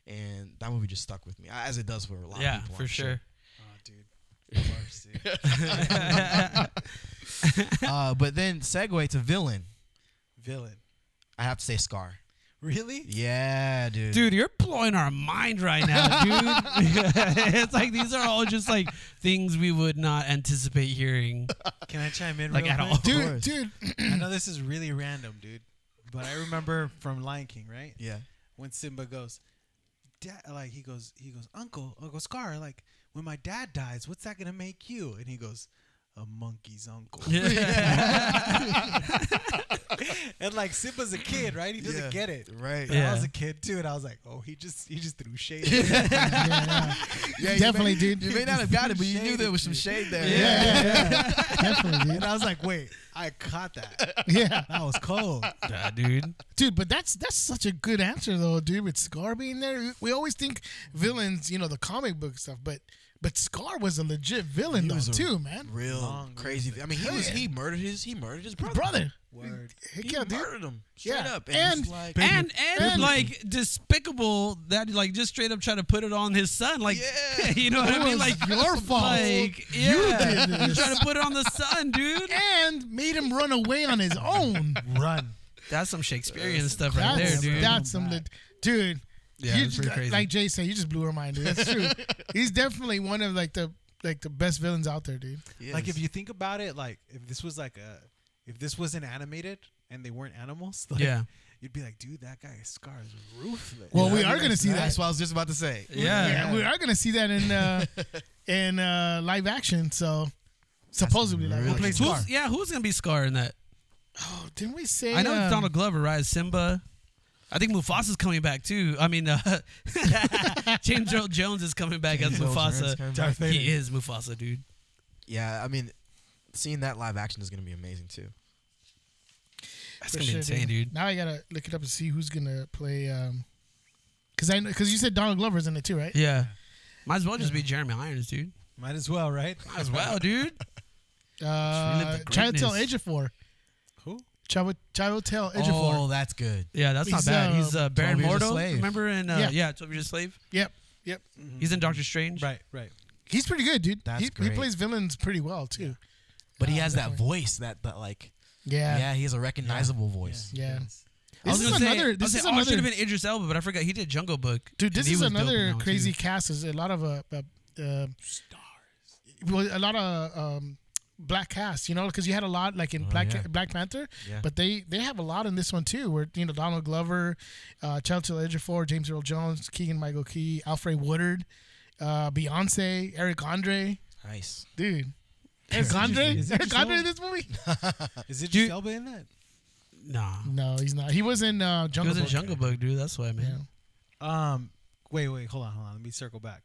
and that movie just stuck with me as it does for a lot Yeah, of people. for I'm sure. Oh, dude. Of course, dude. uh, but then segue to villain. Villain. I have to say Scar. Really? Yeah, dude. Dude, you're blowing our mind right now, dude. it's like these are all just like things we would not anticipate hearing. Can I chime in? Like, real at quick? all. Dude, course. dude. I know this is really random, dude, but I remember from Lion King, right? Yeah. When Simba goes, dad, like he goes, he goes, Uncle, Uncle Scar, like when my dad dies, what's that gonna make you? And he goes, a monkey's uncle. and like Simba's a kid, right? He doesn't Yeah. get it. Right. And I was Yeah. a kid too, and I was like, oh, he just he just threw shade. yeah, Yeah, Yeah, you Definitely, may- dude. You may not have got it, but you knew Shade, there was some dude. shade there. Yeah. definitely, dude. And I was like, wait, I caught that. Yeah, That was cold. Yeah, dude. dude. But that's that's such a good answer though, dude. With Scar being there, we always think villains, you know, the comic book stuff, but. But Scar was a legit villain He though was a too, man. Real Long crazy. I mean, he was he murdered his he murdered his brother. Brother, Word. heck He yeah, dude. murdered him straight Yeah. up. And, And- it's like, And, and And- like despicable that like just straight up try to put it on his son. Like Yeah. you know what I It mean? was Like your fault. Like yeah, you, try to put it on the son, dude. And made him run away on his own. Run. That's some Shakespearean stuff right That's, there, dude. that's some lit- dude. Yeah, you that's ju- pretty crazy. Like Jay said, you just blew her mind, dude. That's true. He's definitely one of like the like the best villains out there, dude. Like if you think about it, like if this was like a, if this wasn't animated and they weren't animals, like, Yeah. you'd be like, dude, that guy Scar is ruthless. Well, we are gonna see That's that. what I was just about to say. yeah. Yeah, we are gonna see that in uh in uh live action. So supposedly, live really action. plays Scar? Who's, yeah, who's gonna be Scar in that? Oh, didn't we say? I know um, it's Donald Glover, right? Simba. I think Mufasa's coming back too. I mean, uh, James Earl Jones is coming back as Mufasa. He is Mufasa, dude. Yeah, I mean, seeing that live action is gonna be amazing too. That's for gonna be shit, insane, dude. Now I gotta look it up and see who's gonna play. Um, cause I know, cause you said Donald Glover's in it too, right? Yeah. Might as well just be Jeremy Irons, dude. Might as well, right? Might as well, dude. Uh, relive the Chiwetel greatness. Ejiofor. Who? Chiwetel Ejiofor. Oh, that's good. Yeah, that's He's, not bad. uh, He's uh, Baron 12 Years a Mordo. Slave. Remember in uh, Yeah. yeah, yeah, Twelve Years a Slave. Yep, yep. He's in Doctor Strange. Right, right. He's pretty good, dude. That's he, he great. plays villains pretty well too. But he has that definitely. voice that, that like, yeah. Yeah, he has a recognizable voice. yeah. I This was is gonna say- I another. was This gonna is say, oh, it should another. have been Idris Elba, but I forgot he did Jungle Book. Dude, and this he is was dope in another that one, crazy too. cast. Is a lot of uh, uh, uh, well, a lot of um, black cast. You know, because you had a lot like in Oh, Black yeah. Black Panther, Yeah. but they they have a lot in this one too. Where you know Donald Glover, uh, Chelsea Ejiofor, James Earl Jones, Keegan Michael Key, Alfred Woodard, uh, Beyonce, Eric Andre, Nice. dude. Eric Andre? Is Is it Eric just Andre in old? this movie? Uh, Is it Dude. Elba in that? Nah, No, he's not. He was in uh, he Jungle was in Book. Jungle Book, dude. That's why, man. Um, wait, wait, hold on, hold on. Let me circle back.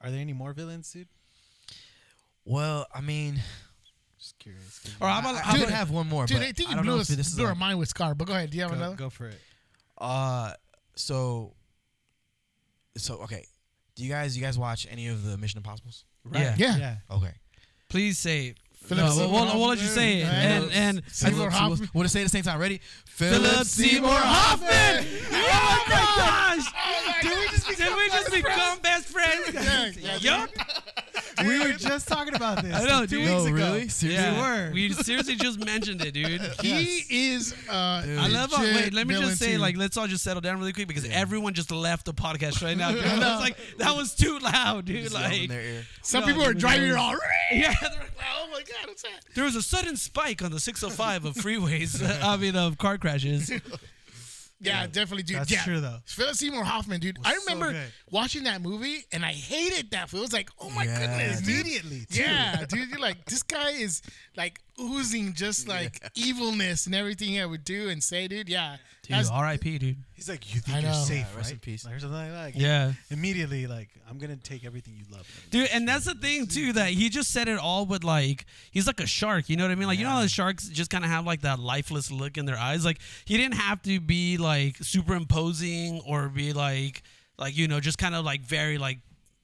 Are there any more villains, dude? Well, I mean, Just curious. All right, how about, how I would about- have one more. Dude, but I think I you don't blew, know us, if this is blew a- our mind with Scar, but go ahead. Do you have Go, another? go for it. Uh, so, so okay. Do you guys you guys watch any of the Mission Impossible's? Yeah. Yeah. Yeah. Okay. please say. it. Philip No, we'll, Seymour we'll, we'll let you Hoffman. say it, and and Seymour Hoffman. Would it say it at the same time? Ready? Philip Seymour Hoffman. Oh my gosh! Did we just Did we just become best friends? Yup. We were just talking about this. I know, like, two dude. weeks No, ago. really? Seriously? Yeah, we seriously just mentioned it, dude. He is. Uh, Dude. I love how, wait, let me villain just say, too. like, let's all just settle down really quick because Yeah. everyone just left the podcast right now. Dude. I was like, that was too loud, dude. Just yell in Like, their ear. some no, people dude, are driving there's- around. yeah, they're like, Oh my god, what's that? there was a sudden spike on the 605 of freeways, I mean, of car crashes. Yeah, definitely, dude. That's yeah. true, though. Philip Seymour Hoffman, dude. I so remember good. watching that movie and I hated that. film. It was like, oh my Yeah, goodness, dude. Immediately, too. Yeah, dude. You're like, this guy is like oozing just like evilness and everything I would do and say, dude. Yeah, Dude, RIP, dude. He's like, you I think you're know. safe, Yeah, rest right? in peace. Like, or something like that. Yeah. Immediately, like, I'm gonna take everything you love. from me. Dude, and that's the thing too that he just said it all with like he's like a shark. You know what I mean? Like you know how the sharks just kind of have like that lifeless look in their eyes. Like he didn't have to be like superimposing or be like like you know just kind of like very like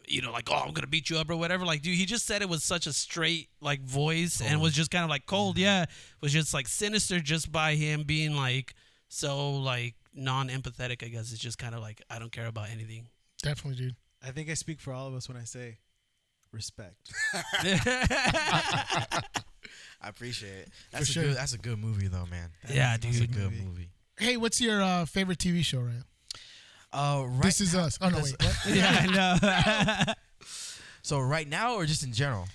you know like oh I'm gonna beat you up or whatever. Like dude, he just said it with such a straight like voice and was just kind of like cold. Yeah, was just like sinister just by him being like so like non-empathetic. I guess it's just kind of like I don't care about anything. definitely, dude. I think I speak for all of us when I say respect. I appreciate it. That's a sure. good. That's a good movie though, man. yeah, That's a dude. good Movie. movie. Hey, what's your uh, favorite TV show, right? Uh, right this is now- us. Oh no, this- wait. What? Yeah, I know. So right now or just in general?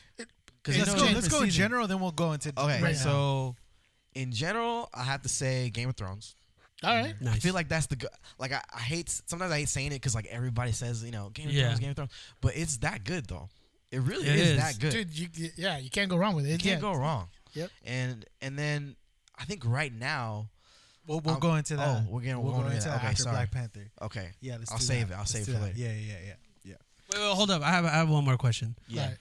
'Cause you Let's know go. it's Let's different go in season. general, then we'll go into Okay, Right now. so in general, I have to say Game of Thrones. All right. Nice. I feel like that's the go- like I, I hate sometimes I hate saying it because like everybody says you know Game of Yeah. Thrones, Game of Thrones, but it's that good though. It really It is, is. that good. Dude, you, yeah, you can't go wrong with it. you yeah. can't go wrong. Yep. And and then I think right now, We'll, we'll Um, go into that. oh, we're gonna- we're we'll gonna go do into that that. Okay, after sorry. Black Panther. okay, Yeah, let's I'll do save that. it. I'll Let's save do it for that. later. Yeah, yeah, yeah, yeah. Wait, wait, hold up. I have I have one more question. yeah. Right.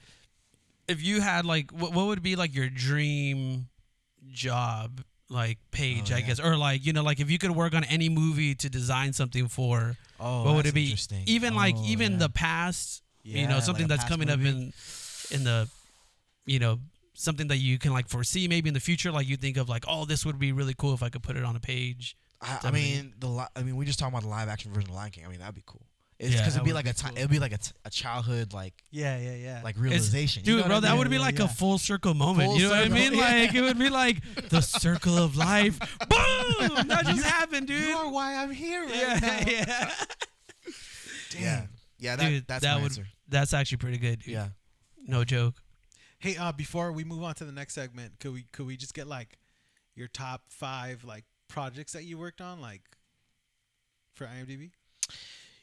If you had like what what would be like your dream job like page, Oh, I yeah. guess, or like you know like if you could work on any movie to design something for, Oh, what would that's it be? interesting. Even like Oh, even yeah. the past, you Yeah, know, like something a that's past coming movie. up in in the you know something that you can like foresee maybe in the future like you think of like oh this would be really cool if i could put it on a page I, I Something. mean the li- I mean we just talking about the live action version of Lion King. I mean that'd be cool. It's Yeah. because That it'd be would like be a ti- cool. it'd be like a, t- a childhood like Yeah, yeah, yeah. like It's- realization. You dude, know bro, what that I mean? would be Yeah, like yeah. a full circle moment. Full you know circle, what I mean? yeah. Like it would be like the circle of life. Boom! That just happened, dude. you are why I'm here right yeah, now. yeah. Yeah. Yeah. That, Dude, that's that my would answer. that's actually pretty good. Dude. yeah. No joke. Hey, uh, before we move on to the next segment, could we could we just get like your top five like projects that you worked on, like for IMDb?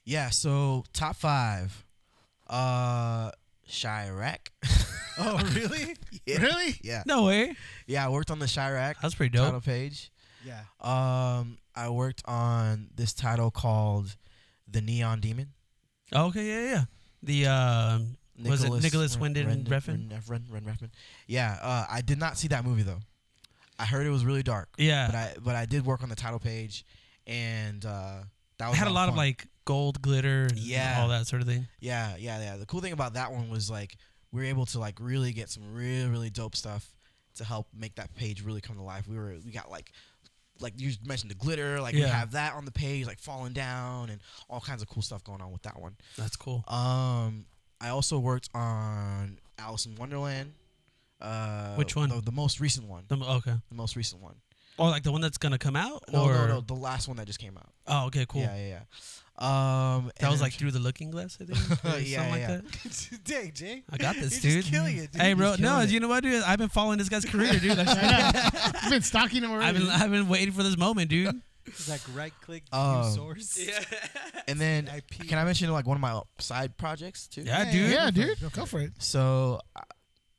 Yeah, so top five. Uh Chirac. Oh, really? Yeah. Really? yeah. No way. Yeah, I worked on the Chirac That's pretty title dope. page. yeah. Um I worked on this title called The Neon Demon. Okay, yeah, yeah. The um Was it Nicholas Winding Ren- Refn? Ren- Ren- Ren- Refn. Yeah, uh, I did not see that movie though. I heard it was really dark. Yeah. But I but I did work on the title page, and uh, that It was had a lot of fun. like gold glitter and Yeah. all that sort of thing. yeah yeah yeah. The cool thing about that one was like we were able to like really get some really really dope stuff to help make that page really come to life. We were we got like like you mentioned the glitter like we Yeah. have that on the page like falling down and all kinds of cool stuff going on with that one. That's cool. Um, I also worked on Alice in Wonderland. Uh, Which one? The, the most recent one. The- okay. The most recent one. Or like the one that's gonna come out. No, or no, no. The last one that just came out. oh, okay, cool. Yeah, yeah, yeah. Um, That and was then- like through the looking glass, I think. or Yeah, something yeah. like that. Dang, Jay. I got this, You're dude. Just killing it, dude. Hey, You're bro. just No, killing it. you know what, dude? I've been following this guy's career, dude. I've I've been stalking him already. been, I've been waiting for this moment, dude. It's like right click Um, view source. Yeah. And then, IP. can I mention like one of my side projects too? Yeah, dude. yeah, dude, go for it. So, I-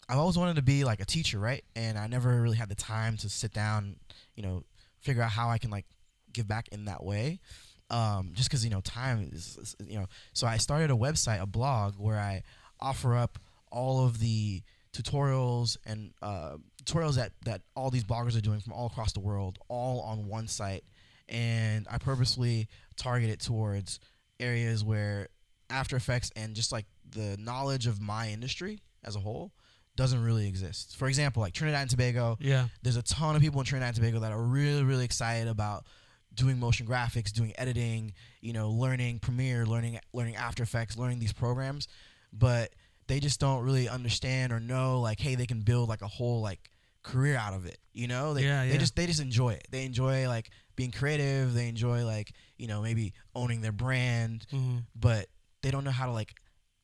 I've always wanted to be like a teacher, right? And I never really had the time to sit down, you know, figure out how I can like give back in that way. Um, just because you know time is, is- you know. So I started a website, a blog where I offer up all of the tutorials and uh, tutorials that that all these bloggers are doing from all across the world, all on one site. And I purposely target it towards areas where After Effects and just like the knowledge of my industry as a whole doesn't really exist. For example, like Trinidad and Tobago, Yeah. there's a ton of people in Trinidad and Tobago that are really, really excited about doing motion graphics, doing editing, you know, learning Premiere, learning learning After Effects, learning these programs, but they just don't really understand or know like, hey, they can build like a whole like career out of it. You know, they, Yeah, they yeah. just they just enjoy it. They enjoy like being creative. They enjoy like you know maybe owning their brand, Mhm. but they don't know how to like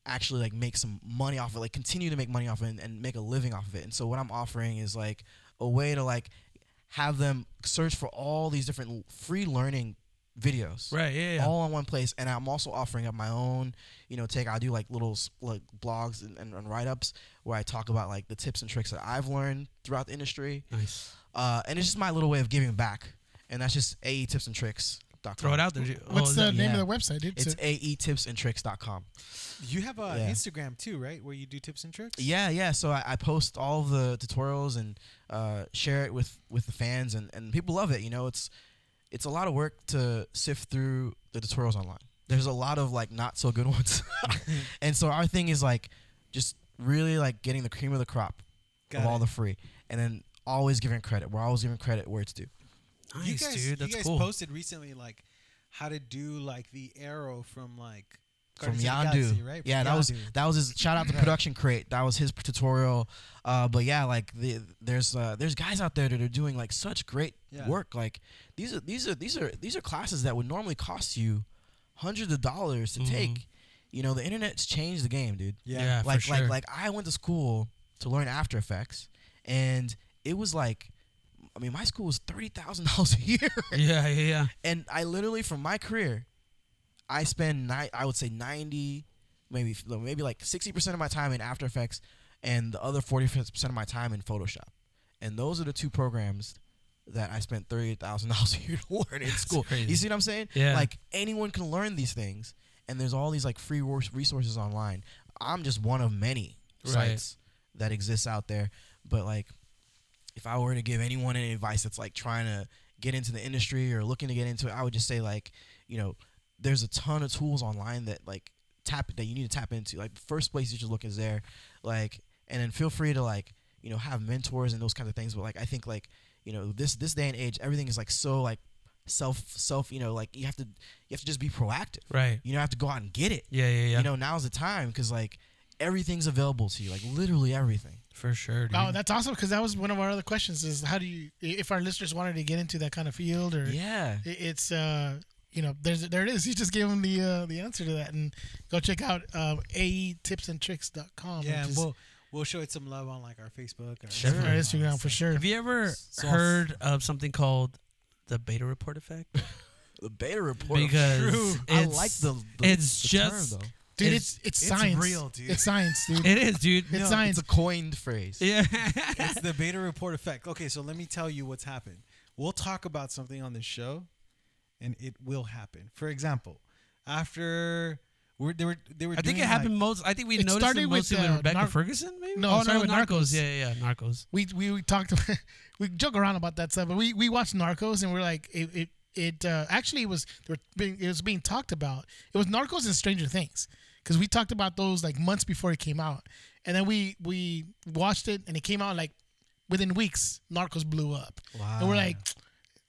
actually like make some money off of it, like continue to make money off of it and, and make a living off of it. And so what I'm offering is like a way to like have them search for all these different l- free learning videos. Right. Yeah. yeah. All in one place, and I'm also offering up my own, you know, take. I do like little s- like blogs and, and, and write ups where I talk about like the tips and tricks that I've learned throughout the industry, Nice. uh, and it's just my little way of giving back. And that's just ae tips and tricks. Throw it out there. dude. Oh, What's is the that- name yeah. of the website, dude? It's So- ae tips and tricks.com. You have a Yeah. Instagram too, right? Where you do tips and tricks. Yeah, yeah. So I, I post all of the tutorials and uh, share it with with the fans, and, and people love it. You know, it's it's a lot of work to sift through the tutorials online. There's a lot of like not so good ones, and so our thing is like just really like getting the cream of the crop Got of all it. the free, and then always giving credit. We're always giving credit where it's due. Nice, you guys, dude. That's you guys cool. posted recently like how to do like the arrow from like Guardians from of Yandu, the Galaxy, right? Yeah, From that was Yondu. that was his shout out to Production Crate. That was his tutorial. Uh, but yeah, like the, there's uh, there's guys out there that are doing like such great Yeah. work. Like these are these are these are these are classes that would normally cost you hundreds of dollars to take. You know, the internet's changed the game, dude. Yeah. Mm-hmm. Yeah, for like sure. like like I went to school to learn After Effects, and it was like. I mean, my school was thirty thousand dollars a year Yeah. Yeah. Yeah. and I literally from my career, I spend ni- I would say ninety, maybe maybe like sixty percent of my time in After Effects, and the other forty percent of my time in Photoshop, and those are the two programs that I spent thirty thousand dollars a year to learn in school. crazy. You see what I'm saying? Yeah. Like anyone can learn these things, and there's all these like free wor- resources online. I'm just one of many Right. sites that exists out there, but like if I were to give anyone any advice that's like trying to get into the industry or looking to get into it, I would just say like, you know, there's a ton of tools online that like tap that you need to tap into. Like the first place you should look is there, like, and then feel free to like, you know, have mentors and those kinds of things. But like, I think like, you know, this this day and age, everything is like so like self self. You know, like you have to you have to just be proactive. Right. You don't have to go out and get it. Yeah. Yeah. Yeah. You know, now's the time because like everything's available to you, like literally everything. for sure. Dude. Oh, that's awesome because that was one of our other questions: is how do you, if our listeners wanted to get into that kind of field, or Yeah. it- it's, uh, you know, there's there it is. You just gave them the uh, the answer to that, and go check out uh, aetipsandtricks.com. Yeah, which is- we'll we'll show it some love on like our Facebook, our Sure. or Instagram, all that Instagram for stuff. sure. Have you ever So- heard of something called the beta report effect? The beta report. Because I it's- like the, the it's the just term, though. Dude, It's- it's it's, it's science. real, dude. It's science, dude. it is, dude. it's No, science. It's a coined phrase. Yeah. it's the beta report effect. Okay, so let me tell you what's happened. We'll talk about something on this show, and it will happen. For example, after We're, they were they were. I think doing, it happened Like, most. I think we It noticed started it with, mostly with, uh, Rebecca Nar- Ferguson, maybe. No, it oh no, started with Narcos. Narcos. Yeah, yeah, yeah, Narcos. we we, we talked we joke around about that stuff, but we we watched Narcos and we're like it it, it uh, actually was they were being, it was being talked about. It was Narcos and Stranger Things because we talked about those like months before it came out, and then we we watched it and it came out like within weeks. Narcos blew up, and we're like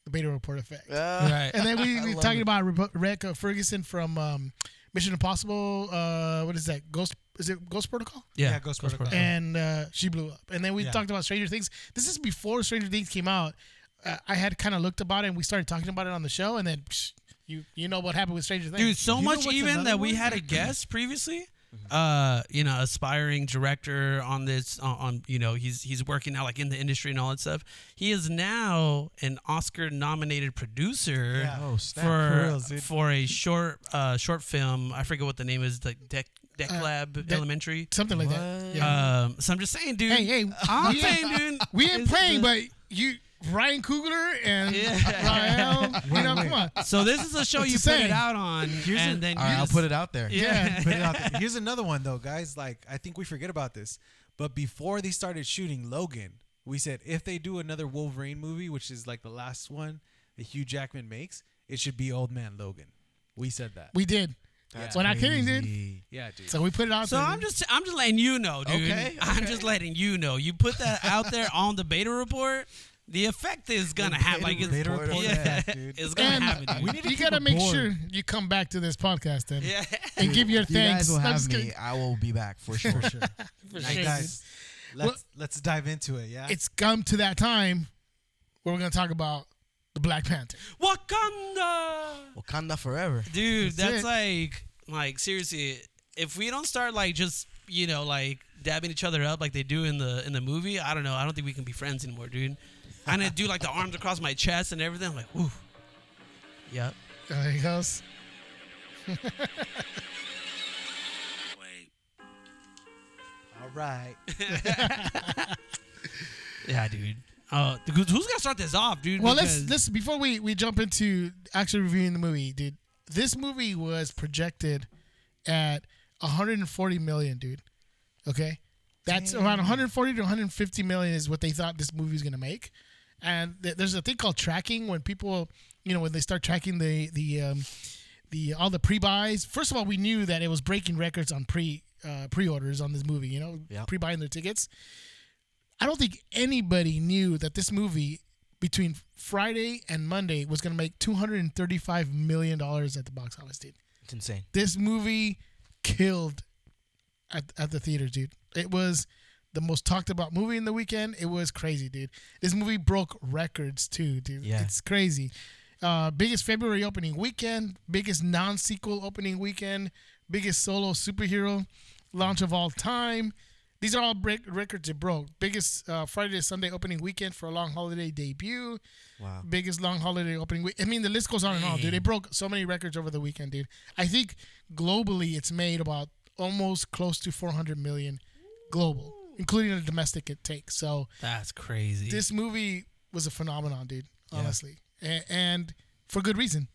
the Beta Report effect. Uh, right. And then we I we love talking it. about Rebe- Rebecca Ferguson from um, Mission Impossible. Uh, what is that? Ghost is it Ghost Protocol? yeah, Yeah, Ghost Protocol. Uh-huh. and uh, she blew up. And then we Yeah. talked about Stranger Things. This is before Stranger Things came out. Uh, I had kind of looked about it, and we started talking about it on the show, and then psh, you you know what happened with Stranger Things. Dude, so You know much what's even another that we one? had a guest previously. Uh, you know, aspiring director on this on, on you know, he's he's working out like in the industry and all that stuff. He is now an Oscar nominated producer Yeah. Oh, snap. for For reals, dude. for a short uh short film. I forget what the name is, like Deck Deck Uh, Lab Dec- Elementary. something like that. Yeah. Um so I'm just saying, dude. hey, hey, I'm we, saying, ain't, dude. we ain't is playing, the- but you Ryan Coogler and Yeah. Rael, you know, come on. So this is a show That's you the put it same. out on, Here's and a- then All right, you I'll put it out there. Yeah. Put it out there. Here's another one though, guys. Like I think we forget about this, but before they started shooting Logan, we said if they do another Wolverine movie, which is like the last one that Hugh Jackman makes, it should be Old Man Logan. We said that. We did. That's We're not kidding, dude. yeah, dude. So we put it out So there. I'm just I'm just letting you know, dude. Okay, I'm just letting you know. You put that out there on the beta report. The effect is gonna happen. Like it's, Beta report yeah, effect, dude. it's gonna happen, and dude. you gotta make sure you come back to this podcast then yeah. and give your You thanks. guys will I'm have just me. kidding. I will be back for sure. For sure. Hey, sure. guys, let's let's dive into it. Yeah. it's come to that time where we're gonna talk about the Black Panther. Wakanda, Wakanda forever. dude. That's, That's like like seriously. If we don't start like just you know like dabbing each other up like they do in the in the movie, I don't know. I don't think we can be friends anymore, dude. I'm gonna do like the arms across my chest and everything. I'm like, ooh, yep. There he goes. All right. Yeah, dude. Uh, who's gonna start this off, dude? Well, let's Because- let's before we we jump into actually reviewing the movie, dude. This movie was projected at 140 million, dude. Okay, that's around 140 to 150 million is what they thought this movie was gonna make. And th- there's a thing called tracking when people, you know, when they start tracking the the um, the all the pre-buys. First of all, we knew that it was breaking records on pre uh, pre-orders on this movie. You know, Yep. pre-buying their tickets. I don't think anybody knew that this movie between Friday and Monday was going to make 235 million dollars at the box office, dude. It's insane. This movie killed at, at the theaters, dude. It was the most talked about movie in the weekend. It was crazy, dude. This movie broke records too, dude. Yeah. It's crazy. Uh, biggest February opening weekend, biggest non sequel opening weekend, biggest solo superhero launch of all time. These are all break records it broke. Biggest uh, Friday to Sunday opening weekend for a long holiday debut. Wow. Biggest long holiday opening week. I mean, the list goes on and on, dude. It broke so many records over the weekend, dude. I think globally it's made about almost close to 400 million global, including the domestic it takes. So That's crazy. this movie was a phenomenon, dude. Honestly, A- and for good reason.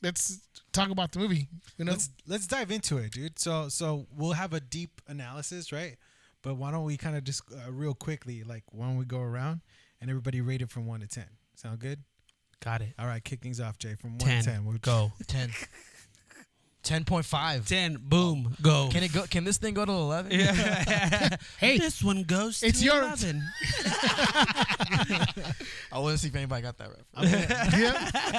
Let's talk about the movie. You know, Let's let's dive into it, dude. So so we'll have a deep analysis, right? But why don't we kind of just uh, real quickly, like why don't we go around and everybody rate it from one to ten? Sound good? Got it. All right, kick things off, Jay. From one Ten. to ten, we'll Go. 10. 10.5. Ten. Boom. Go. Can it go? Can this thing go to 11? Yeah. Hey, this one goes. it's to your- 11. I want to see if anybody got that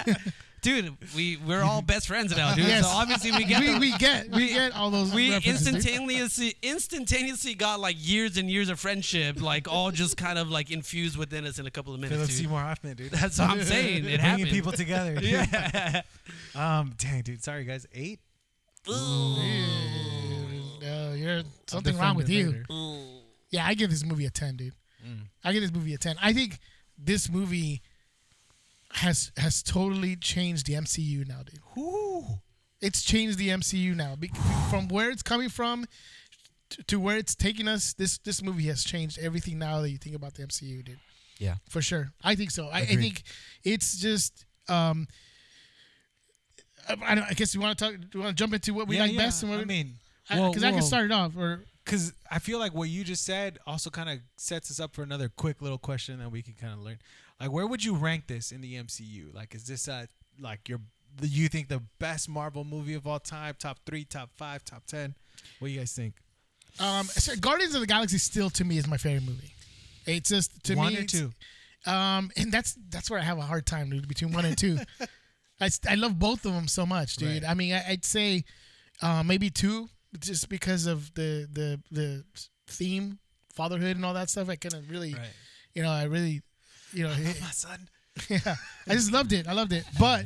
reference. dude. We we're all best friends now, dude. Yes. So obviously we get we, the- we get we, get all those. we references, dude. instantaneously instantaneously got like years and years of friendship, like all just kind of like infused within us in a couple of Philip minutes. Dude. Seymour Hoffman, dude. That's what I'm saying. Bringing It happened. people together. dude. yeah. Um. Dang, dude. Sorry, guys. Eight. No, you're something wrong with you. Yeah, I give this movie a ten, dude. Mm. I give this movie a ten. I think this movie has has totally changed the MCU now, dude. It's changed the MCU now. Be- from where it's coming from t- to where it's taking us, this this movie has changed everything now that you think about the MCU, dude. Yeah. For sure. I think so. I, I think it's just um I, I don't- I guess you want to talk. Do you want to jump into what we yeah, like yeah, best and what I we- mean, I- well, 'cause I can well- start it off. Or because I feel like what you just said also kind of sets us up for another quick little question that we can kind of learn. Like, where would you rank this in the MCU? Like, is this uh like your the, you think the best Marvel movie of all time? Top three, top five, top ten? What do you guys think? um, so Guardians of the Galaxy still to me is my favorite movie. It's just to One me or it's- two? Um, and that's that's where I have a hard time, dude. Between one and two, I, s- I love both of them so much, dude. Right. I mean, I, I'd say uh, maybe two, just because of the the the theme, fatherhood, and all that stuff. I kind of really, Right. you know, I really, you know, My son. yeah, I just loved it. I loved it, but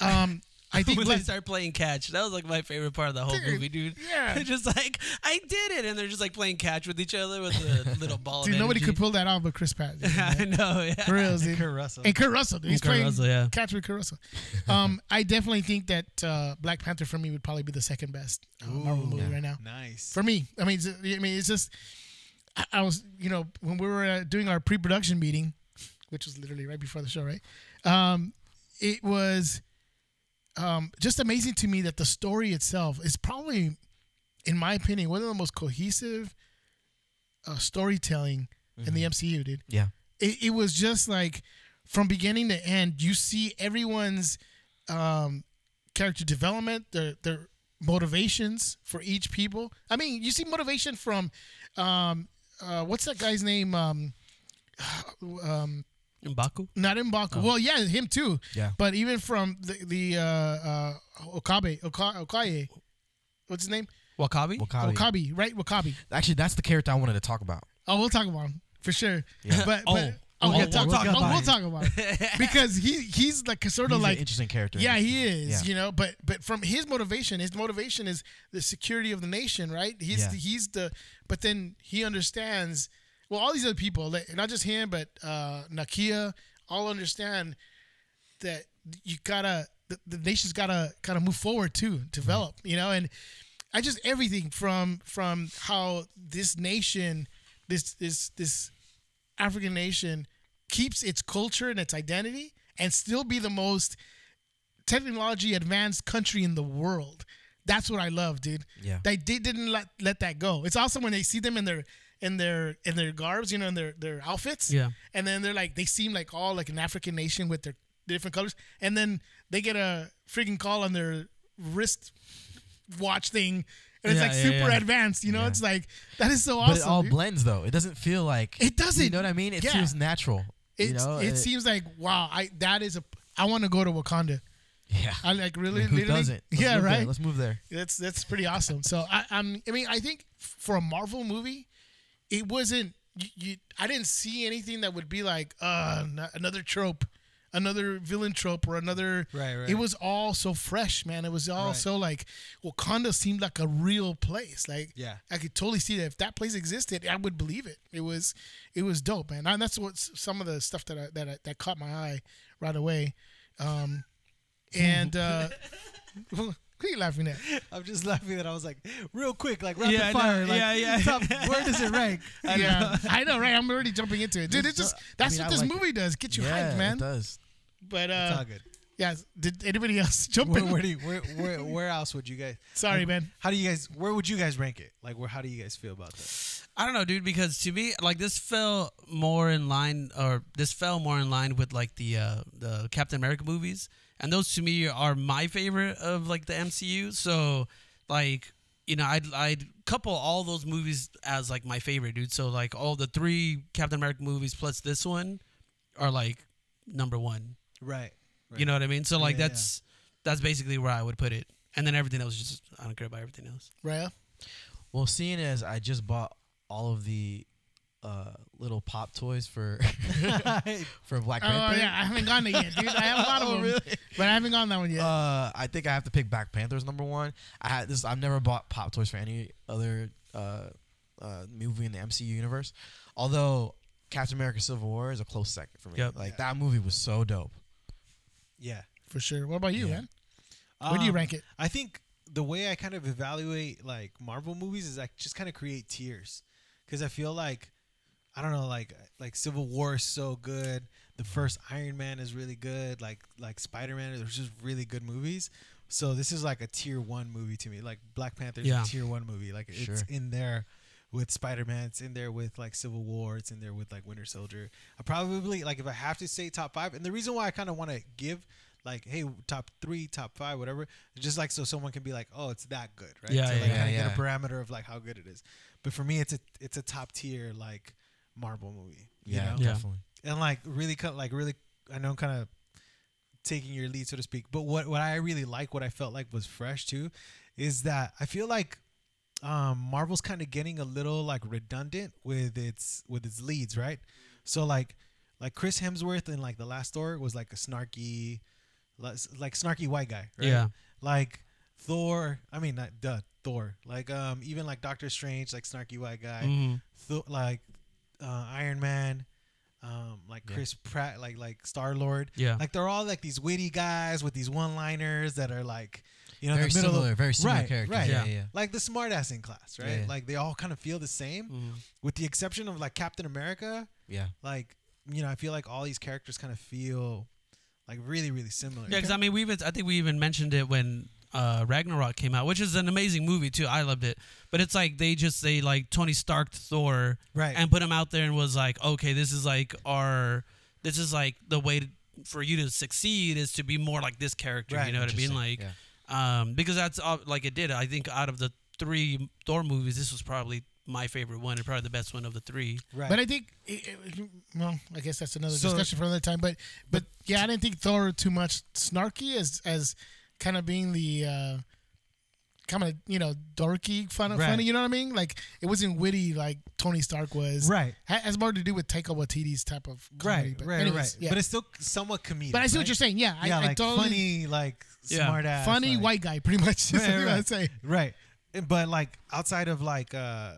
um, I think when like, they start playing catch, that was like my favorite part of the whole Dude, movie, dude. yeah. just like I did it, and they're just like playing catch with each other with a little ball. dude, of nobody energy. could pull that off but Chris Pratt. dude. I know. Yeah. For real, dude. Kurt Russell. And Kurt Russell, dude. He's Kurt playing Russell, yeah. catch with Kurt Russell. Um, I definitely think that uh, Black Panther for me would probably be the second best uh, Marvel movie right now. Nice. For me, I mean, it's- I mean, it's just I, I was, you know, when we were uh, doing our pre-production meeting, which was literally right before the show, right? Um, it was um, just amazing to me that the story itself is probably, in my opinion, one of the most cohesive uh, storytelling in the MCU, dude Yeah. it, it was just like from beginning to end you see everyone's um character development their their motivations for each people i mean you see motivation from um uh what's that guy's name um um Mbaku. not Mbaku. Well, Oh. yeah, him too. Yeah. But even from the, the uh, uh, Okabe, Oka- Okaye, what's his name? Wakabi. Wakabi. Okabe, right? Wakabe. Actually, that's the character I wanted to talk about. Oh, we'll talk about him for sure. But, Oh, but oh, we'll we'll, get- talk, we'll we'll, get oh, about we'll it. talk about it because he he's like sort of He's like an interesting character. yeah he is Yeah. you know but but from his motivation his motivation is the security of the nation right he's Yeah. the, he's the but then he understands well all these other people like, not just him but uh Nakia all understand that you gotta the, the nation's gotta gotta move forward too develop you know and i just everything from from how this nation this this this african nation keeps its culture and its identity and still be the most technology advanced country in the world that's what i love dude Yeah. they, they didn't let let that go it's awesome when they see them in their in their in their garbs you know in their their outfits Yeah. and then they're like they seem like all like an African nation with their different colors, and then they get a freaking call on their wrist watch thing, and it's Yeah, like yeah, super yeah. advanced. You know, Yeah. it's like that is so But awesome. it all dude. blends though. It doesn't feel like It doesn't. You know what I mean? It Yeah. feels natural. It's, you know? it seems like wow, I that is a I want to go to Wakanda. Yeah. I like I really, mean, who literally, doesn't? Let's yeah, move there. right. Let's move there. That's that's pretty awesome. So I, I'm, I mean, I think for a Marvel movie, it wasn't. You, you, I didn't see anything that would be like uh, n- another trope, another villain trope, or another. Right, right. It was all so fresh, man. It was all Right. so like Wakanda seemed like a real place. Like, Yeah. I could totally see that if that place existed, I would believe it. It was, it was dope, man. And that's what s- some of the stuff that I, that I, that caught my eye right away. Um, and uh, what are you laughing at? I'm just laughing that I was like, real quick, like rapid Yeah, I know. fire. like, Yeah, yeah. Top, where does it rank? yeah, uh, I know, right? I'm already jumping into it, dude. It's just that's what mean, I this like movie does. Get you yeah, hyped, man. It does. But It's uh, all good. yeah, did anybody else jump Where, in? where do you, where, where, where else would you guys? Sorry, man. How do you guys? Where would you guys rank it? Like, where? How do you guys feel about that? I don't know, dude, because to me, like this fell more in line, or this fell more in line with like the uh, the Captain America movies, and those to me are my favorite of like the MCU. So, like you know, I'd I'd couple all those movies as like my favorite, dude. So like all the three Captain America movies plus this one are like number one. Right. You know what I mean? So like Yeah, yeah. that's that's basically where I would put it, and then everything else is just I don't care about everything else. Right? Well, seeing as I just bought all of the uh, little pop toys for for Black Oh Panther, yeah, I haven't gotten it yet, dude. I have a lot of them, but I haven't gotten that one yet. uh, I think I have to pick Black Panther's number one. I had this. I've never bought pop toys for any other uh, uh, movie in the MCU universe. Although Captain America: Civil War is a close second for me. Yep. Like that movie was so dope. Yeah. for sure. What about you, yeah. man? Where do you Um, rank it? I think the way I kind of evaluate like Marvel movies is I just kind of create tiers because I feel like I don't know like like Civil War is so good. The first Iron Man is really good. Like like Spider Man, they're just really good movies. So this is like a tier one movie to me. Like Black Panther is Yeah. a tier one movie. Like Sure. it's in there with Spider Man. It's in there with like Civil War. It's in there with like Winter Soldier. I probably like if I have to say top five, and the reason why I kind of want to give like hey top three, top five, whatever, just like so someone can be like oh it's that good, right? Yeah, so yeah, like, yeah, kinda yeah. Get a parameter of like how good it is. But for me, it's a it's a top tier like Marvel movie. You know? Yeah. definitely. and like really cut like really i know i'm kind of taking your lead so to speak but what what i really like what i felt like was fresh too is that i feel like um marvel's kind of getting a little like redundant with its with its leads right so like like chris hemsworth in like the last Thor was like a snarky like like snarky white guy right? Yeah. like thor i mean not duh, thor like um even like doctor strange like snarky white guy Mhm. Thor, like uh, Iron Man, um, like Chris Pratt, like like Star Lord. Yeah. Like they're all like these witty guys with these one-liners that are like, you know, in Very the middle similar, of, very similar right, characters. Right. Yeah, yeah. Like the smartass in class, right? Yeah, yeah. Like they all kind of feel the same, Mm-hmm. with the exception of like Captain America. Yeah. Like you know, I feel like all these characters kind of feel like really, really similar. Yeah, because I mean, we even I think we even mentioned it when uh, Ragnarok came out, which is an amazing movie too. I loved it, but it's like they just they like Tony Stark Thor, Right. and put him out there and was like, okay, this is like our, this is like the way to, for you to succeed is to be more like this character. Right, You know what I mean? interesting, Like, um, because that's all, like it did. I think out of the three Thor movies, this was probably my favorite one and probably the best one of the three. right. But I think, it, it- well, I guess that's another So- discussion for another time. But, but yeah, I didn't think Thor too much snarky as as kind of being the uh, kind of you know dorky fun, Right. funny. You know what I mean? Like it wasn't witty like Tony Stark was. Right. Ha- has more to do with Taika Waititi's type of comedy. Right, but right, anyways, right. Yeah. But But, it's still somewhat comedic. I see right? what you're saying. Yeah, I, Yeah, I like totally funny, like Yeah. smart ass, funny like, white guy, pretty much. Is Right, what right. I'd say. Right. And- But like outside of like uh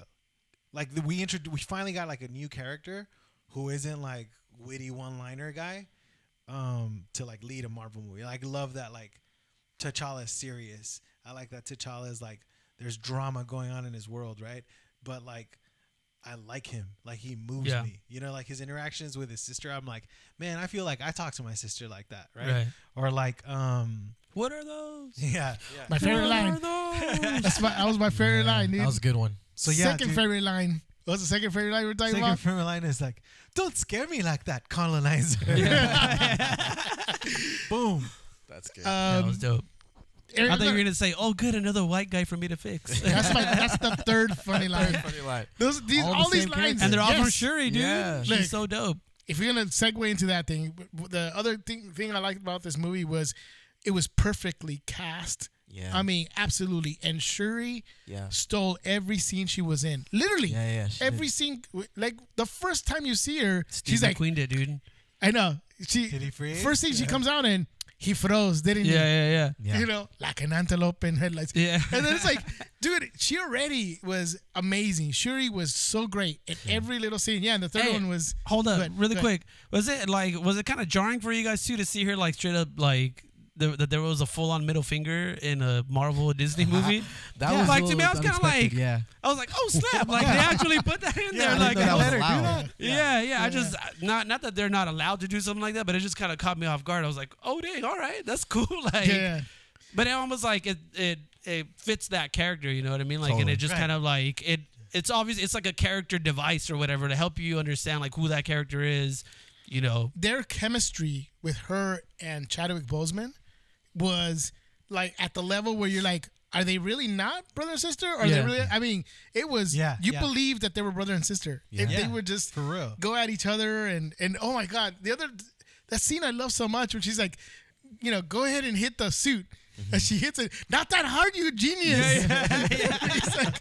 like the, we introduced we finally got like a new character who isn't like witty one-liner guy um to like lead a Marvel movie. Like love that like T'Challa is serious. I like that T'Challa is like there's drama going on in his world, right? But like I like him. Like he moves Yeah. me. You know, like his interactions with his sister, I'm like, man, I feel like I talk to my sister like that, right? Right. Or like um What are those? yeah. yeah. My favorite line. That's my, that was my favorite line, dude. That was a good one. So yeah, second dude. favorite line. What was the second favorite line we're talking Second about? from line is like, "Don't scare me like that, colonizer." Boom. That's good. that was Um, dope. I Eric- thought you were gonna say, "Oh, good, another white guy for me to fix." that's my. That's the third funny line. Funny line. Those these all, All the these same lines, characters. And they're all from yes. Shuri, dude. Yeah. She's Look. so dope. If you're gonna segue into that thing, w- w- the other thing thing I liked about this movie was it was perfectly cast. Yeah. I mean, absolutely. And Shuri Yeah. stole every scene she was in. Literally. Yeah, yeah, she Every scene, like the first time you see her, she's Steve like, McQueen did, dude. I know. She Did he freeze? first thing she comes out and he froze, didn't he? yeah, Yeah. You know, like an antelope in headlights. Yeah. And then it's like, dude, she already was amazing. Shuri was so great in every little scene. Yeah, and the third Hey, one was Hold up, go ahead, really go ahead. quick. Was it like, was it kind of jarring for you guys too to see her like straight up like the, that there was a full on middle finger in a Marvel Disney movie? Uh-huh. That Yeah. was like a to me, little I was kind of like, unexpected, yeah. I was like, oh snap! Like they actually put that in I there. didn't Like, know that I was was- her do allowed. that? yeah, yeah. I just not not that they're not allowed to do something like that, but it just kind of caught me off guard. I was like, oh dang, all right, that's cool. Like, Yeah. But it almost like it it it fits that character, you know what I mean? Like, and Totally. it just Right. kind of like it. It's obvious. It's like a character device or whatever to help you understand like who that character is. You know, Their chemistry with her and Chadwick Boseman was like at the level where you're like, are they really not brother and sister? Are they Yeah. really? I mean, it was. Yeah, You yeah. believed that they were brother and sister. If Yeah. they were just For real. go at each other and and oh my god the other that scene i love so much when she's like you know go ahead and hit the suit Mm-hmm. and she hits it not that hard you genius It's like-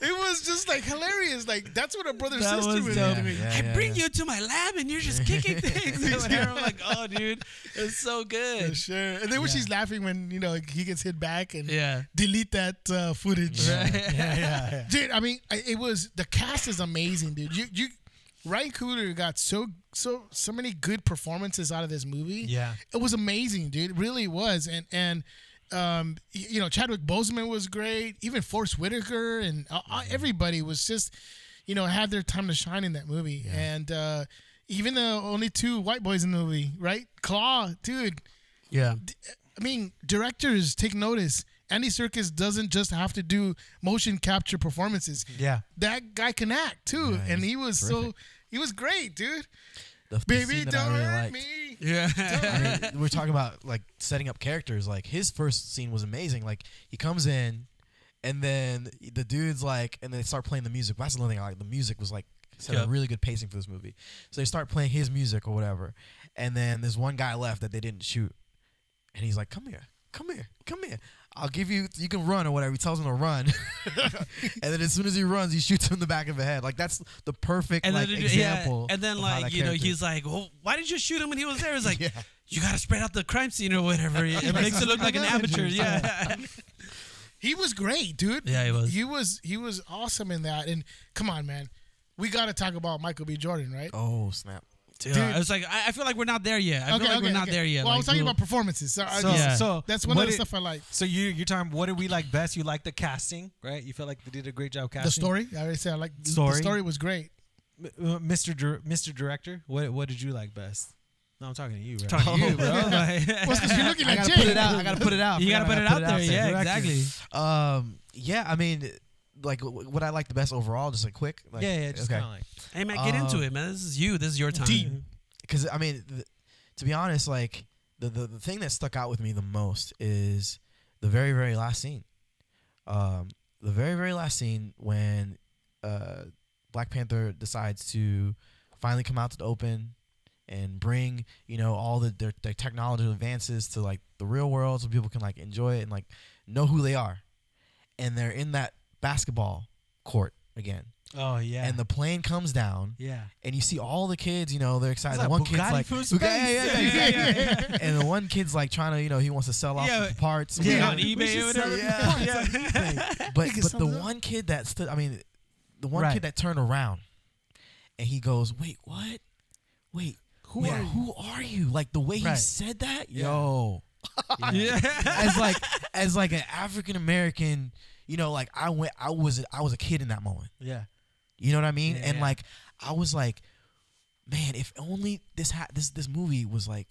it was just like hilarious like that's what a brother That sister was would dope. do to me Yeah, I yeah, bring yeah. you to my lab and you're just kicking things. or whatever. I'm like, oh, dude, it's so For good. sure and then when she's laughing when you know he gets hit back and Yeah. delete that uh, footage Yeah, yeah, yeah. dude. I mean, I- it was the cast is amazing, dude. You you Ryan Coogler got so so so many good performances out of this movie. Yeah. it was amazing, dude. It really was, and and. Um, y- you know, Chadwick Boseman was great. Even Forrest Whitaker and uh, uh, everybody was just, you know, had their time to shine in that movie. And uh, even the only two white boys in the movie, right? Claw, dude, Yeah. I mean, directors take notice. Andy Circus doesn't just have to do motion capture performances. Yeah. That guy can act too, Yeah, and he's he was so terrific. he was great, dude. The, the Baby, scene that I don't really hurt liked. me. Yeah. I mean, we're talking about like setting up characters. Like his first scene was amazing. Like he comes in, and then the dude's like, and they start playing the music. That's another thing I like. The music was like set Yeah. a really good pacing for this movie. So they start playing his music or whatever, and then there's one guy left that they didn't shoot, and he's like, "Come here, come here, come here." I'll give you. You can run or whatever. He tells him to run, and then as soon as he runs, he shoots him in the back of the head. Like that's the perfect And like, then, example. yeah, and then of how like that you know character- he's like, well, why did you shoot him when he was there? It's like Yeah. you gotta spread out the crime scene or whatever. It makes it look like an amateur. Yeah, He was great, dude. Yeah, he was. He was he was awesome in that. And come on, man, we got to talk about Michael B. Jordan, right? Oh snap! yeah. It's like I, I feel like we're not there yet. I feel like we're not there yet. Well, I Like, was talking we'll- about performances. So, I So, just- Yeah. so that's one what of the did- stuff I like. So you, you're talking. What did we like best? You like the casting, right? You felt like they did a great job casting. The story, I already said, I like the Story. story was great. M- uh, Mr. Dir- Mr. Director. What What did you like best? No, I'm talking to you. Right? Talking to you, bro. Like- Well, because you're looking Oh, I at gotta Jay. put it out. I gotta put it out. you gotta Forgot put it I out there. Yeah, Directors. exactly. Um, yeah, I mean, like w- what I like the best overall, just like quick. Like, yeah, yeah, just kind of like Hey man, get into Um, it, man. This is you. This is your time. Because I mean, th- to be honest, like the, the the thing that stuck out with me the most is the very very last scene. Um, the very very last scene when uh, Black Panther decides to finally come out to the open and bring you know all the their, their technology advances to like the real world so people can like enjoy it and like know who they are and they're in that basketball court again Oh yeah. and the plane comes down yeah. and you see all the kids, you know, they're excited. It's like one Bugatti kid's like, from Bugatti- yeah, yeah, yeah, space. exactly. and the one kid's like trying to, you know, he wants to sell off Yeah. the parts. Yeah, whatever. on eBay We should or sell whatever. it. Yeah, yeah. But Nigga, but sum the it up. one kid that stood, I mean, the one Right. kid that turned around, and he goes, "Wait, what? Wait, who Yeah. are who are you?" Like the way he Right. said that, Yeah. yo, yeah. as like as like an African American, you know, like I went, I was I was a kid in that moment. Yeah. You know what I mean? Yeah, and yeah. like I was like, man, if only this ha- this this movie was like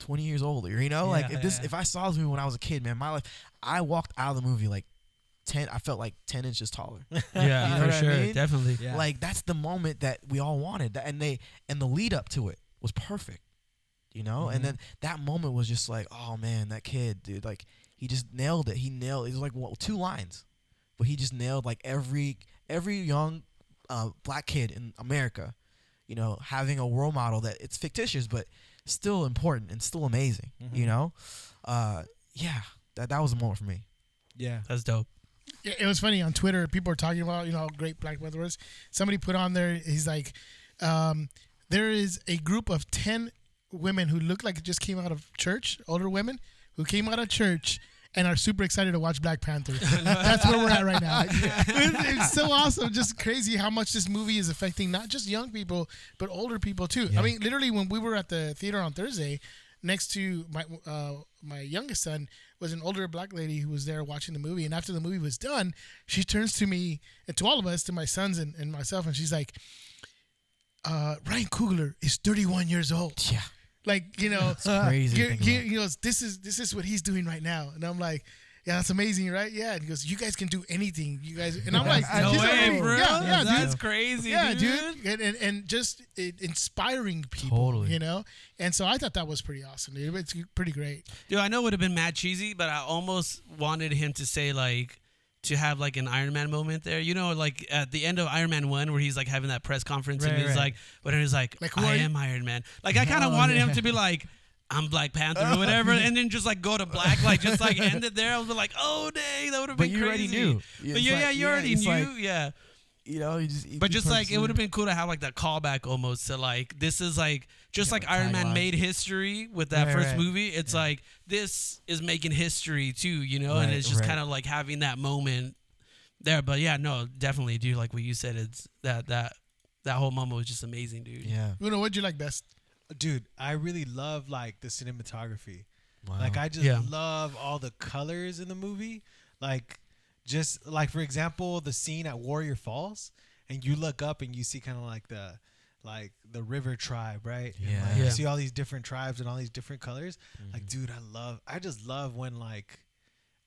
20 years older, you know? like Yeah, if this yeah. if I saw this movie when I was a kid, man, my life I walked out of the movie like 10 I felt like 10 inches taller. Yeah, You know for what I sure, mean? definitely. Yeah. Like that's the moment that we all wanted. That and they and the lead up to it was perfect. You know? Mhm. And then that moment was just like, oh man, that kid, dude, like he just nailed it. He nailed it was like what, two lines. But he just nailed like every every young uh, black kid in America, you know, having a role model that it's fictitious but still important and still amazing, you know? Uh yeah, that that was a moment for me. yeah. That's dope. Yeah, it was funny on Twitter. People are talking about you know how great Black Panther was. Somebody put on there. He's like, um, there is a group of ten women who look like just came out of church. Older women who came out of church and are super excited to watch Black Panther. That's where we're at right now. it's, it's so awesome, just crazy how much this movie is affecting not just young people but older people too. I mean, literally when we were at the theater on Thursday, next to my uh, my youngest son was an older black lady who was there watching the movie and after the movie was done she turns to me and to all of us to my sons and, and myself and she's like uh, ryan kugler is 31 years old Yeah. like you know crazy to you- think Uh, you- about. he goes this is this is what he's doing right now and i'm like yeah, that's amazing, right? Yeah. And he goes, you guys can do anything. You guys. And I'm like, No "These are way, all- bro. Yeah, yeah, dude That's crazy, yeah, dude. dude, and, and and just it, inspiring people, Totally. you know. And so I thought that was pretty awesome, dude. It's pretty great. Dude, I know it would have been mad cheesy, but I almost wanted him to say like to have like an Iron Man moment there. You know, like at the end of Iron Man One, where he's like having that press conference and Right, he's right. like, but he's like, Like, who I are you?" am Iron Man. Like I Oh, kind of wanted him to be like. I'm Black Panther or whatever, and then just like go to black, like just like end it there. I was like, oh dang, that would have But been you crazy. already knew. But It's yeah, like- yeah, you yeah, already it's knew, like- yeah. You know, you just you But just punch like it in. would have been cool to have like that callback almost to like this is like just like Iron Man tagline. made history with that Right, first right. movie. It's like this is making history too, you know, and Right, it's just right. kind of like having that moment there. But yeah, no, definitely, dude. Like what you said, it's that that that whole moment was just amazing, dude. Yeah. You know what'd you like best? Dude, I really love like the cinematography. Wow. Like I just Yeah. love all the colors in the movie. Like just like for example, the scene at Warrior Falls and you look up and you see kind of like the like the river tribe, right? And, Yeah. like, you Yeah. Mm-hmm. see all these different tribes and all these different colors. Like, dude, I love. I just love when like,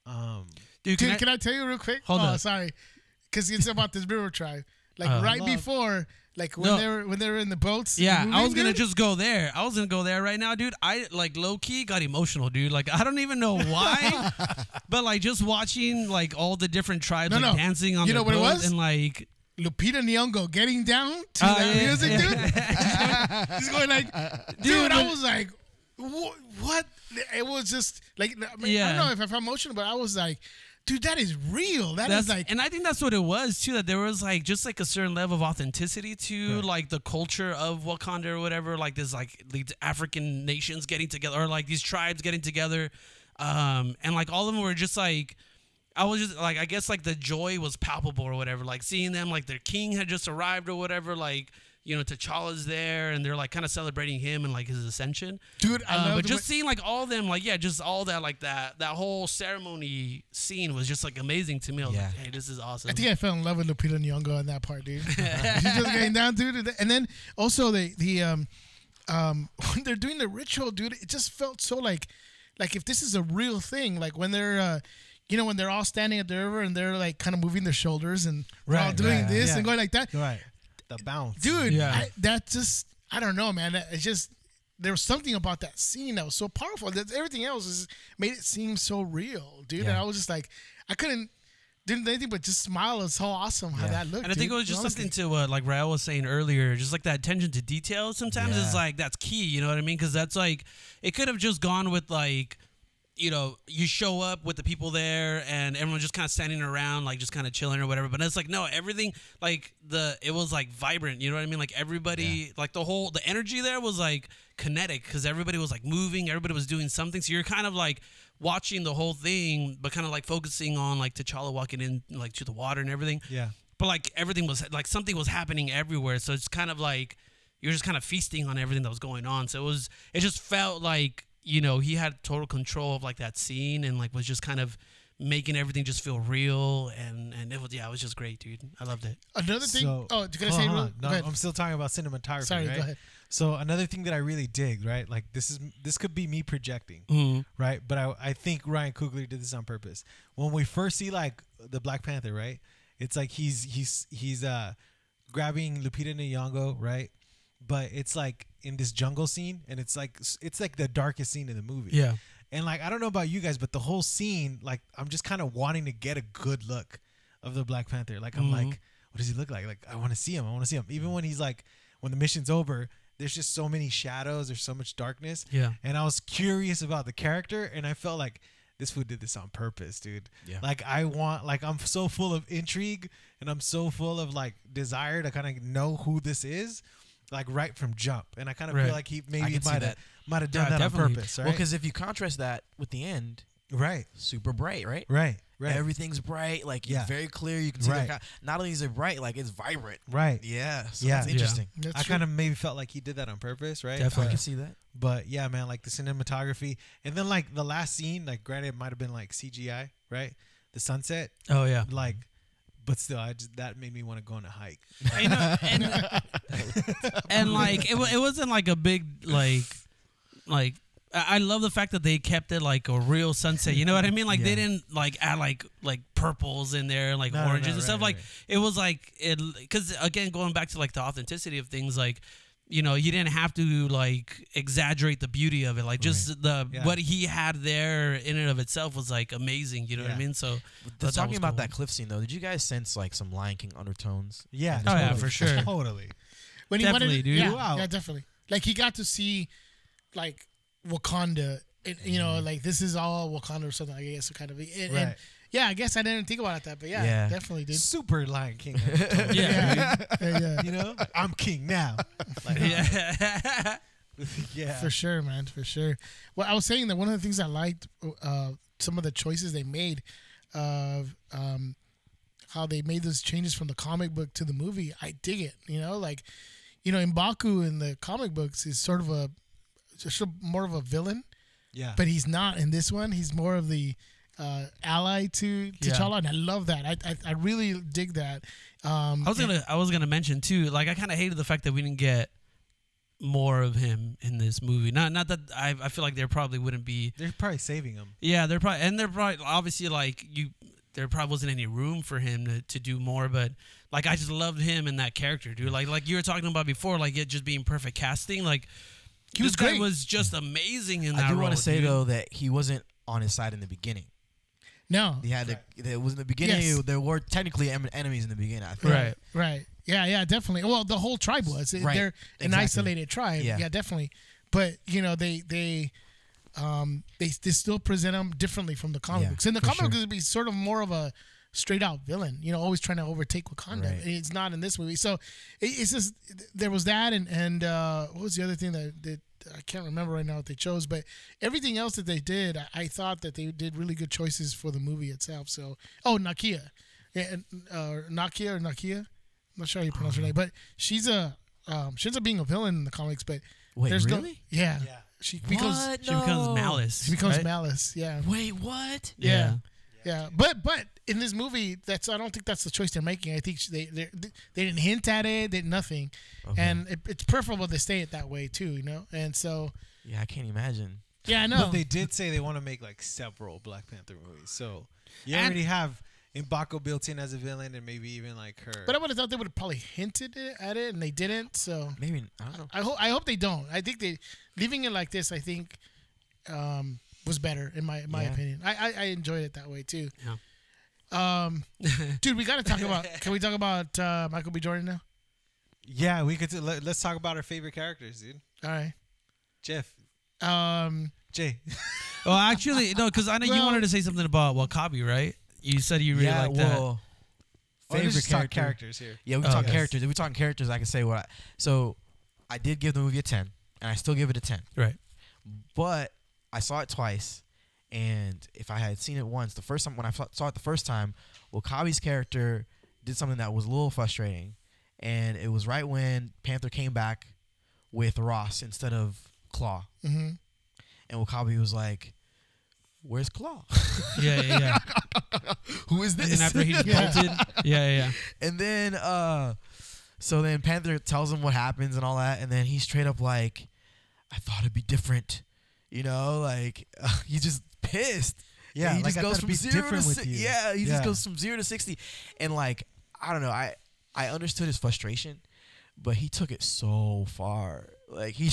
um, Dude, Dude, can I- can I tell you real quick? Hold oh, up. sorry, because it's about this river tribe. Like Uh, right Love. before, like when No. they were when they were in the boats. Yeah, I moving, was gonna dude, just go there. I was gonna go there right now, dude. I like low key got emotional, dude. Like I don't even know why, but like just watching like all the different tribes No, like no. dancing on You the know what it boat was? and like Lupita Nyong'o getting down to Oh, that yeah, music, yeah. dude. He's going like, dude. I was like, wha- what? It was just like, I, mean, I Yeah. don't know if I felt emotional, but I was like, dude, that is real. That that's is like, and I think that's what it was too. That there was like just like a certain level of authenticity to like the culture of Wakanda or whatever. Like this like these African nations getting together or like these tribes getting together, um, and like all of them were just like. I was just like, I guess like the joy was palpable or whatever. Like seeing them, like their king had just arrived or whatever. Like you know, T'Challa's there, and they're like kind of celebrating him and like his ascension. dude, I Uh, love but the just way- seeing like all them, like yeah, just all that, like that, that whole ceremony scene was just like amazing to me. I was like, hey, this is awesome. I think I fell in love with Lupita Nyong'o on that part, dude. She's just getting down, dude. And then also the the um um when they're doing the ritual, dude, it just felt so like like if this is a real thing, like when they're uh you know when they're all standing at the river and they're like kind of moving their shoulders and they're all Right, doing right, this yeah. and going like that, right, the bounce, dude. Yeah. I, that just I don't know, man. That- It's just there was something about that scene that was so powerful. That everything else is made it seem so real, dude. And I was just like, I couldn't didn't do anything but just smile. It's so awesome how that looked. and I think it dude, was just honestly. something to what like Raul was saying earlier, just like that attention to detail. Sometimes it's like that's key. You know what I mean? Because that's like it could have just gone with like. You know, you show up with the people there, and everyone's just kind of standing around, like just kind of chilling or whatever. But it's like, no, everything, like the, it was like vibrant. You know what I mean? Like everybody, like the whole, the energy there was like kinetic because everybody was like moving, everybody was doing something. So you're kind of like watching the whole thing, but kind of like focusing on like T'Challa walking in like to the water and everything yeah, but like everything was like something was happening everywhere so it's kind of like you're just kind of feasting on everything that was going on so it was it just felt like you know he had total control of like that scene and like was just kind of making everything just feel real and and it was yeah it was just great dude i loved it another thing. So- oh, did I Hold say on, real? hold on. No, go ahead. I'm still talking about cinematography. Sorry, right? go ahead. So another thing that I really dig, right? Like this is this could be me projecting, Mm-hmm. right? But I I think Ryan Coogler did this on purpose. When we first see like the Black Panther, right? It's like he's he's he's uh grabbing Lupita Nyong'o, right? But it's like in this jungle scene, and it's like it's like the darkest scene in the movie. Yeah. And like I don't know about you guys, but the whole scene, like I'm just kind of wanting to get a good look of the Black Panther. Like I'm Mm-hmm. like, what does he look like? Like I want to see him. I want to see him. Even when he's like, when the mission's over, there's just so many shadows. There's so much darkness. Yeah. And I was curious about the character, and I felt like this food did this on purpose, dude. Yeah. Like I want, like I'm so full of intrigue, and I'm so full of like desire to kind of know who this is. Like right from jump, and I kind of Right. feel like he maybe can see might have that. might have done Yeah, that on definitely. purpose, right? Well, because if you contrast that with the end, right, super bright, right? right, right. Everything's bright, like Yeah. yeah. very clear. You can see Right. the co- not only is it bright, like it's vibrant. Right. Yeah, so Yeah. that's Yeah. interesting. That's I true. kind of maybe felt like he did that on purpose, right? Definitely. I can see that. But yeah, man, like the cinematography, and then like the last scene, like granted, it might have been like CGI, right? The sunset, oh yeah like, but still, I just that made me want to go on a hike. You know, and, and like it, wa- it wasn't like a big like like I I love the fact that they kept it like a real sunset. You know what I mean? Like they didn't like add like like purples in there, like No, no, oranges no, and right, stuff. Like right. it was like it because again, going back to like the authenticity of things, like you know, he didn't have to like exaggerate the beauty of it. Like just the Yeah. what he had there in and of itself was like amazing. You know what Yeah. I mean? So The- that talking was about cool. that cliff scene though, did you guys sense like some Lion King undertones? Yeah, Oh, yeah, for sure. totally. when he Definitely, wanted, dude. Yeah, Wow. yeah, definitely. Like he got to see, like Wakanda. It, you know, like this is all Wakanda or something. I guess kind of. And, and Right. yeah, I guess I didn't think about it that, but yeah, Yeah. definitely, dude. Super Lion King, yeah. Yeah, yeah, you know, I'm king now. Like, uh, yeah. yeah, for sure, man, for sure. Well, I was saying that one of the things I liked, uh, some of the choices they made, of um, how they made those changes from the comic book to the movie. I dig it. You know, like, you know, Mbaku in the comic books is sort of a, just a- more of a villain, yeah. but he's not in this one. He's more of the uh, ally to Yeah. T'Challa, and I love that. I I, I really dig that. Um, I was and- gonna I was gonna mention too, like I kinda hated the fact that we didn't get more of him in this movie. Not not that I I feel like there probably wouldn't be They're probably saving him. Yeah, they're probably and they're probably obviously like you there probably wasn't any room for him to, to do more, but like I just loved him and that character, dude. Like like you were talking about before, like it just being perfect casting, like He this was guy great. was just amazing in that I do role. want to say dude. though that he wasn't on his side in the beginning. no, He had to. It was in the beginning. Yes. There were technically em- enemies in the beginning. I think. Right. Right. Yeah, yeah, definitely. Well, the whole tribe was. Right. They're an Exactly. isolated tribe. Yeah. Yeah. definitely. But, you know, they they um they, they still present them differently from the comic Yeah, books. In the for comic sure. books it'd be sort of more of a straight out villain, you know, always trying to overtake Wakanda. Right. It's not in this movie. So it, it's just there was that and and uh what was the other thing that, that I can't remember right now what they chose, but everything else that they did, I, I thought that they did really good choices for the movie itself. So, oh, Nakia, yeah, and, uh, Nakia or Nakia, I'm not sure how you Uh-huh. pronounce her name, but she's a um, she ends up being a villain in the comics. But Wait, there's no, really? yeah, Yeah. she becomes What? She becomes No. malice. she becomes right? Malice. Yeah, Wait, what? yeah. yeah. but but in this movie, that's I don't think that's the choice they're making. I think she- they they they didn't hint at it, they did nothing, Uh-huh. and it, it's preferable to stay it that way too, you know. And so Yeah, I can't imagine. yeah, I know. But they did say they want to make like several Black Panther movies. So you And- already have Mbako built in as a villain and maybe even like her. but um, I would have thought they would have probably hinted it- at it, and they didn't. So Maybe I don't know. I hope I hope they don't. I think they leaving it like this. I think um, was better in my in my Yeah. opinion. I, I I enjoyed it that way too. Yeah. Um, dude, we gotta talk about. Can we talk about uh, Michael B. Jordan now? yeah, we could. T- let, us talk about our favorite characters, dude. All right. Jeff, Um, Jay. Well, actually, no, because I know you Well- wanted to say something about Wakabi, right? You said you really yeah, like that. well, Favorite favorite talk character. characters here. Yeah, we Oh, can talk okay. characters. If we talk characters, I can say what. I, so, I did give the movie a ten, and I still give it a ten. Right. but I saw it twice, and if I had seen it once, the first time when I f- saw it the first time, Wakabi's character did something that was a little frustrating, and it was right when Panther came back with Ross instead of Claw, mhm. and Wakabi was like, "Where's Claw? Yeah, yeah, yeah. Who is this?" and after he just bolted, yeah, yeah, yeah. And then uh so then Panther tells him what happens and all that, and then he's straight up like, I thought it'd be different. You know, like he's just pissed. Yeah, And he like, just I goes thought it'd from be zero to different with si- you. Yeah, he Yeah. just goes from zero to sixty. And like, I don't know, I I understood his frustration, but he took it so far. Like he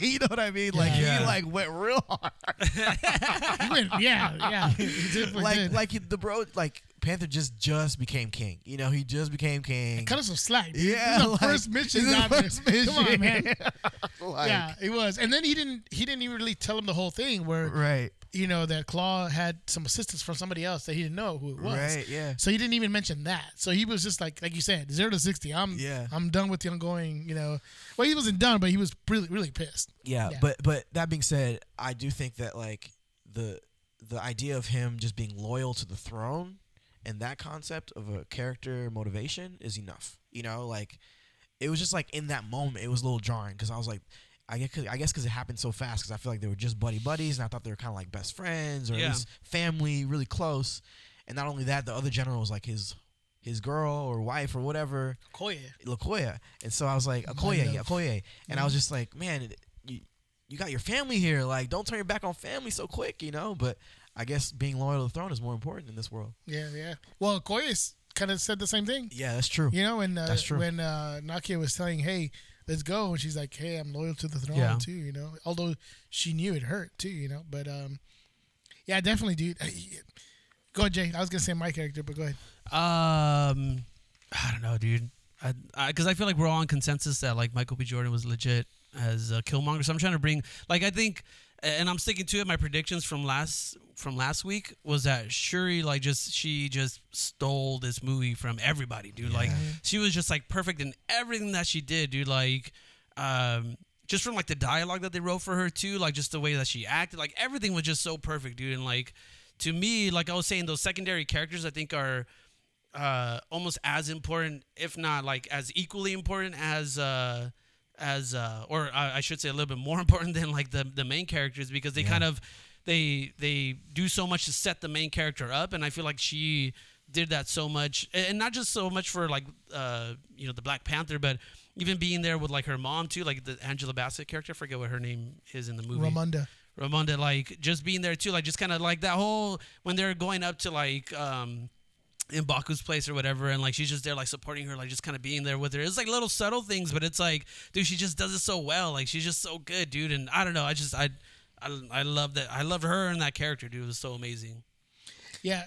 you know what I mean? Like Yeah. he like went real hard He went- yeah, yeah. He definitely like did. like he- the bro like Panther just just became king. You know, he just became king. cut us some slack. dude. This Yeah, is the like, first mission. this is the out there. first mission. Come on, man. Like, yeah, it was. And then he didn't. He didn't even really tell him the whole thing. Where Right. you know that Claw had some assistance from somebody else that he didn't know who it was. Right, yeah. So he didn't even mention that. So he was just like, like you said, zero to sixty. I'm, Yeah. I'm done with the ongoing. You know, well, he wasn't done, but he was really, really pissed. Yeah, Yeah. but but that being said, I do think that like the the idea of him just being loyal to the throne and that concept of a character motivation is enough. You know, like it was just like in that moment, it was a little jarring because I was like, I guess cause, I guess because it happened so fast because I feel like they were just buddy buddies and I thought they were kind of like best friends or Yeah. at least family, really close. And not only that, the other general was like his his girl or wife or whatever. Koya. Lakoya, and so I was like, Akoya, yeah, Akoya, and I was just like, man, it- you you got your family here, like don't turn your back on family so quick, you know. But I guess being loyal to the throne is more important in this world. Yeah, yeah. Well, Koya kind of said the same thing. Yeah, that's true. You know, when uh, That's true. when uh, Nakia was telling, "Hey, let's go," and she's like, "Hey, I'm loyal to the throne Yeah. too." You know, although she knew it hurt too. You know, but um, yeah, definitely, dude. Go, ahead, Jay. I was gonna say my character, but go ahead. Um, I don't know, dude. I because I, feel like we're all on consensus that like Michael B. Jordan was legit as a Killmonger. So I'm trying to bring like I think, and I'm sticking to it. My predictions from last from last week was that Shuri like just she just stole this movie from everybody, dude. Like she was just like perfect in everything that she did, dude. Like, um. Just from like the dialogue that they wrote for her too, like just the way that she acted, like everything was just so perfect, dude. And like to me, like I was saying, those secondary characters I think are uh, almost as important, if not like as equally important as uh, as uh, or I, I should say a little bit more important than like the the main characters because they kind of they they do so much to set the main character up, and I feel like she did that so much, a- and not just so much for like uh you know the Black Panther, but even being there with like her mom too, like the Angela Bassett character. I forget what her name is in the movie. Ramunda. Ramonda, like just being there too, like just kind of like that whole when they're going up to like um in Baku's place or whatever, and like she's just there like supporting her, like just kind of being there with her. It's like little subtle things, but it's like, dude, she just does it so well. Like she's just so good, dude. And I don't know, I just I I, I love that. I loved her and that character, dude. It was so amazing. Yeah.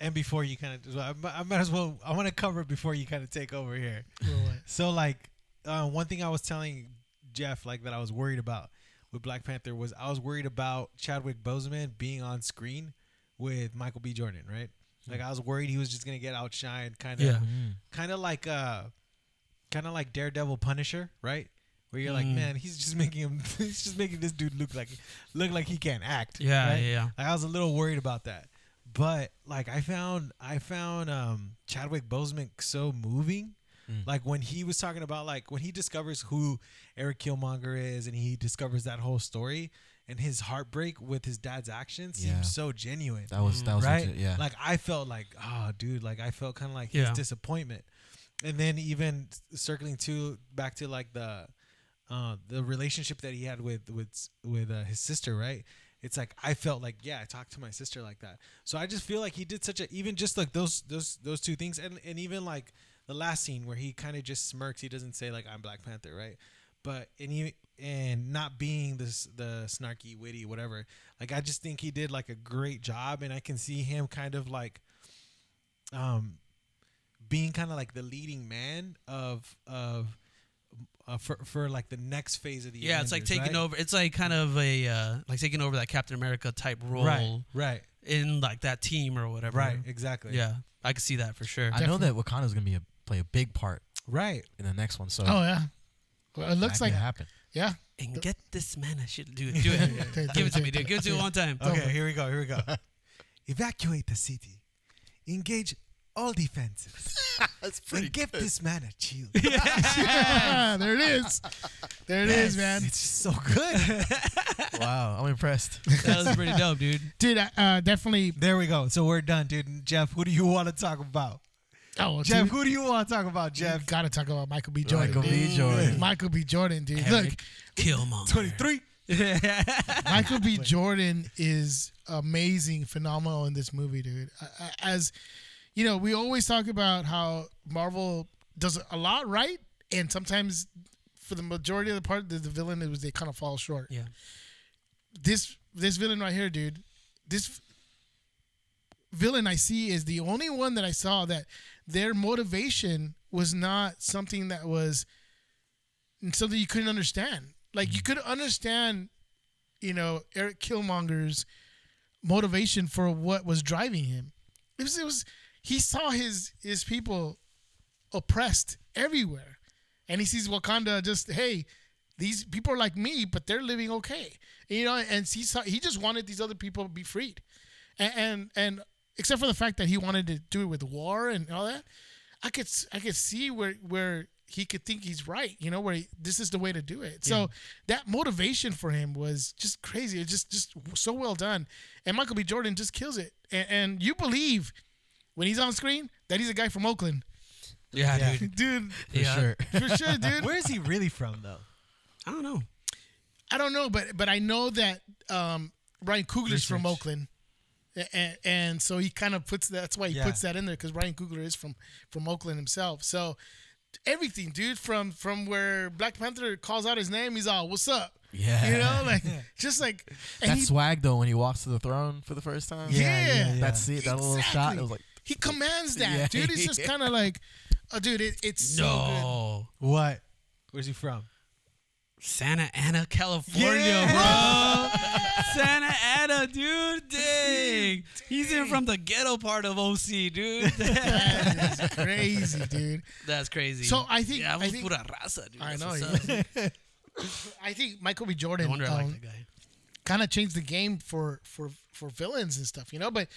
and before you kind of, I might- I might as well. I want to cover it before you kind of take over here. Oh. So like, uh, one thing I was telling Jeff like that I was worried about with Black Panther was I was worried about Chadwick Boseman being on screen with Michael B. Jordan, right? Like I was worried he was just gonna get outshined, kind of, Hmm. Yeah. Mm-hmm. kind of like, uh, kind of like Daredevil Punisher, right? Where you're like, Hmm. man, he's just making him, he's just making this dude look like, look like he can't act. Yeah, right? yeah, yeah. Like, I was a little worried about that, but like I found I found um, Chadwick Boseman so moving. Like when he was talking about like when he discovers who Eric Killmonger is and he discovers that whole story and his heartbreak with his dad's action seems Yeah. so genuine That was that was right? legit, yeah. Like I felt like, oh, dude, like I felt kind of like Yeah. his disappointment, and then even circling to back to like the, uh, the relationship that he had with with with uh, his sister, right? It's like I felt like yeah, I talked to my sister like that. So I just feel like he did such a even just like those those those two things, and and even like the last scene where he kind of just smirks, he doesn't say like I'm Black Panther, right? But and he and not being this the snarky, witty, whatever. Like I just think he did like a great job, and I can see him kind of like, um, being kind of like the leading man of of. Uh, for, for like the next phase of the Yeah, it's like Avengers, taking right? over. It's like kind of a uh, like taking over that Captain America type role Right, right, in like that team or whatever. right, exactly. Yeah, I could see that for sure. I know that Wakanda is gonna be a play a big part right. in the next one, so Oh yeah. Well, it looks like. happen. Yeah. and get this man. I should do it. Do it. Give it to me, dude. Give it to me one time. Okay, here we go. Here we go. Evacuate the city. Engage all defenses. That's and give this man a chill. there it is. There it is, man. It's just so good. wow, I'm impressed. That was pretty dope, dude. Dude, I, uh, definitely. there we go. So we're done, dude. Jeff, who do you want to talk about? Oh, well, Jeff, dude, who do you want to talk about, Jeff? Jeff, gotta talk about Michael B. Jordan. Michael dude. B. Jordan. Michael B. Jordan, dude. Look, Eric Killmonger. 23. Michael B. Jordan is amazing, phenomenal in this movie, dude. I- I- As you know, we always talk about how Marvel does a lot right, and sometimes for the majority of the part, the, the villain it was they kind of fall short. Yeah. This this villain right here, dude. This villain I see is the only one that I saw that their motivation was not something that was something you couldn't understand. Like you could understand you know Eric Killmonger's motivation for what was driving him. It was, it was he saw his his people oppressed everywhere, and he sees Wakanda just hey, these people are like me, but they're living okay, you know. And he saw he just wanted these other people to be freed, and and, and except for the fact that he wanted to do it with war and all that, I could s- I could see where where he could think he's right, you know, where he, this is the way to do it. So that motivation for him was just crazy. It's just just so well done, and Michael B. Jordan just kills it. And, and you believe when he's on screen that he's a guy from Oakland, Yeah, dude. dude, yeah. Sure. for sure, dude. Where is he really from, though? I don't know. I don't know, but but I know that um, Ryan Coogler's from Research. Oakland, and, and so he kind of puts that's why he Yeah. puts that in there because Ryan Coogler is from from Oakland himself. So everything, dude, from from where Black Panther calls out his name, he's all, "What's up?" Yeah. you know, like just like and that he, swag though when he walks to the throne for the first time. yeah, yeah. That's it. That little shot. It was like he commands that, Yeah. dude. It's just kind of like, oh, dude, it, it's so No. What? Where's he from? Santa Ana, California, bro. Santa Ana, dude. Dang. He's in from the ghetto part of OC, dude. good. It's crazy, dude. That's crazy. So I think- Yeah, I I was think- pura raza, dude. I That's know, what's yeah. up. I think Michael B. No Jordan. wonder I um, like that guy. kind of changed the game for for for villains and stuff, you know. But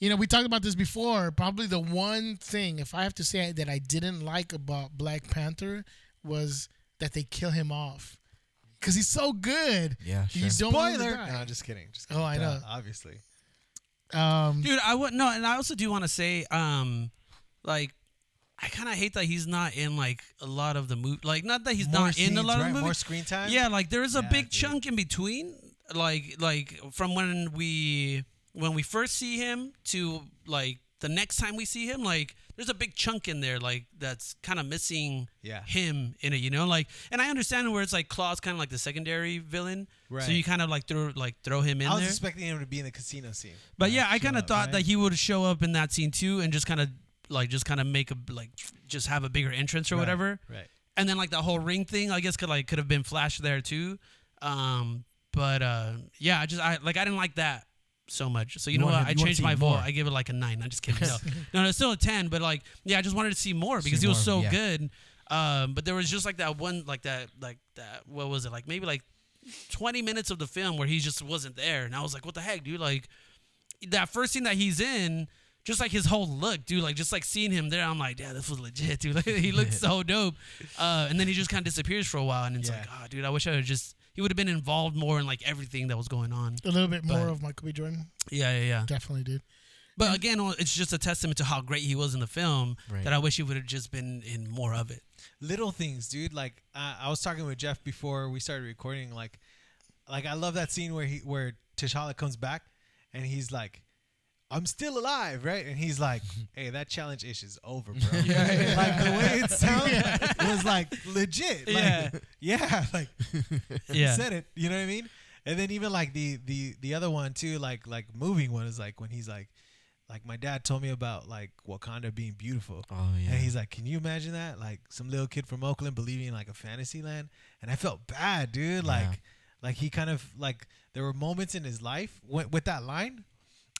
you know, we talked about this before. Probably the one thing, if I have to say, that I didn't like about Black Panther was that they kill him off. because he's so good. Yeah, You sure. don't want him to Spoiler. die. No, just kidding. Just kidding. Oh, I Duh, know. Obviously. Um, dude. I would no, and I also do want to say, um, like. I kind of hate that he's not in like a lot of the movie. Like, not that he's More not in a scenes, lot of right? the More movie. screen time? Yeah, like there is a Yeah, big dude. chunk in between, like like from when we when we first see him to like the next time we see him. Like, there's a big chunk in there like that's kind of missing. Yeah. him in it, you know, like, and I understand where it's like Claw's kind of like the secondary villain. Right. So you kind of like throw like throw him in I was there. expecting him to be in the casino scene. But yeah, I kind of up, thought right? that he would show up in that scene too, and just kind of like just kind of make a like just have a bigger entrance or whatever. Right. And then like that whole ring thing, I guess could like could have been Flash there too. Um, but uh, yeah, I just I like I didn't like that so much. So you, You know what? wanna- I you wanna changed see my vote. more. I gave it like a nine. I'm just kidding. No, no, no, it's still a ten. But like, yeah, I just wanted to see more because he was more, so yeah. good. Um, but there was just like that one, like that, like that. What was it? Like maybe like 20 minutes of the film where he just wasn't there. And I was like, what the heck, dude? Like, that first scene that he's in, just like his whole look, dude, like just like seeing him there, I'm like, yeah, this was legit, dude. Like, he looks so dope. Uh, and then he just kind of disappears for a while. And it's Yeah. like, oh, dude, I wish I would just, he would have been involved more in like everything that was going on. a little bit more But- of Michael B. Jordan, Yeah, yeah, yeah. definitely, dude. But again, it's just a testament to how great he was in the film Right. that I wish he would have just been in more of it. little things, dude. Like uh, I was talking with Jeff before we started recording. Like, like I love that scene where he where T'Challa comes back and he's like, "I'm still alive," right? And he's like, "Hey, that challenge ish is over, bro." Like the way it sounded was like legit. Like, Yeah. yeah. Like Yeah. said it. You know what I mean? And then even like the the the other one too, like like moving one is like when he's like, like my dad told me about like Wakanda being beautiful. Oh yeah. And he's like, "Can you imagine that? Like some little kid from Oakland believing in like a fantasy land." And I felt bad, dude. Like, like he kind of like there were moments in his life with, with that line.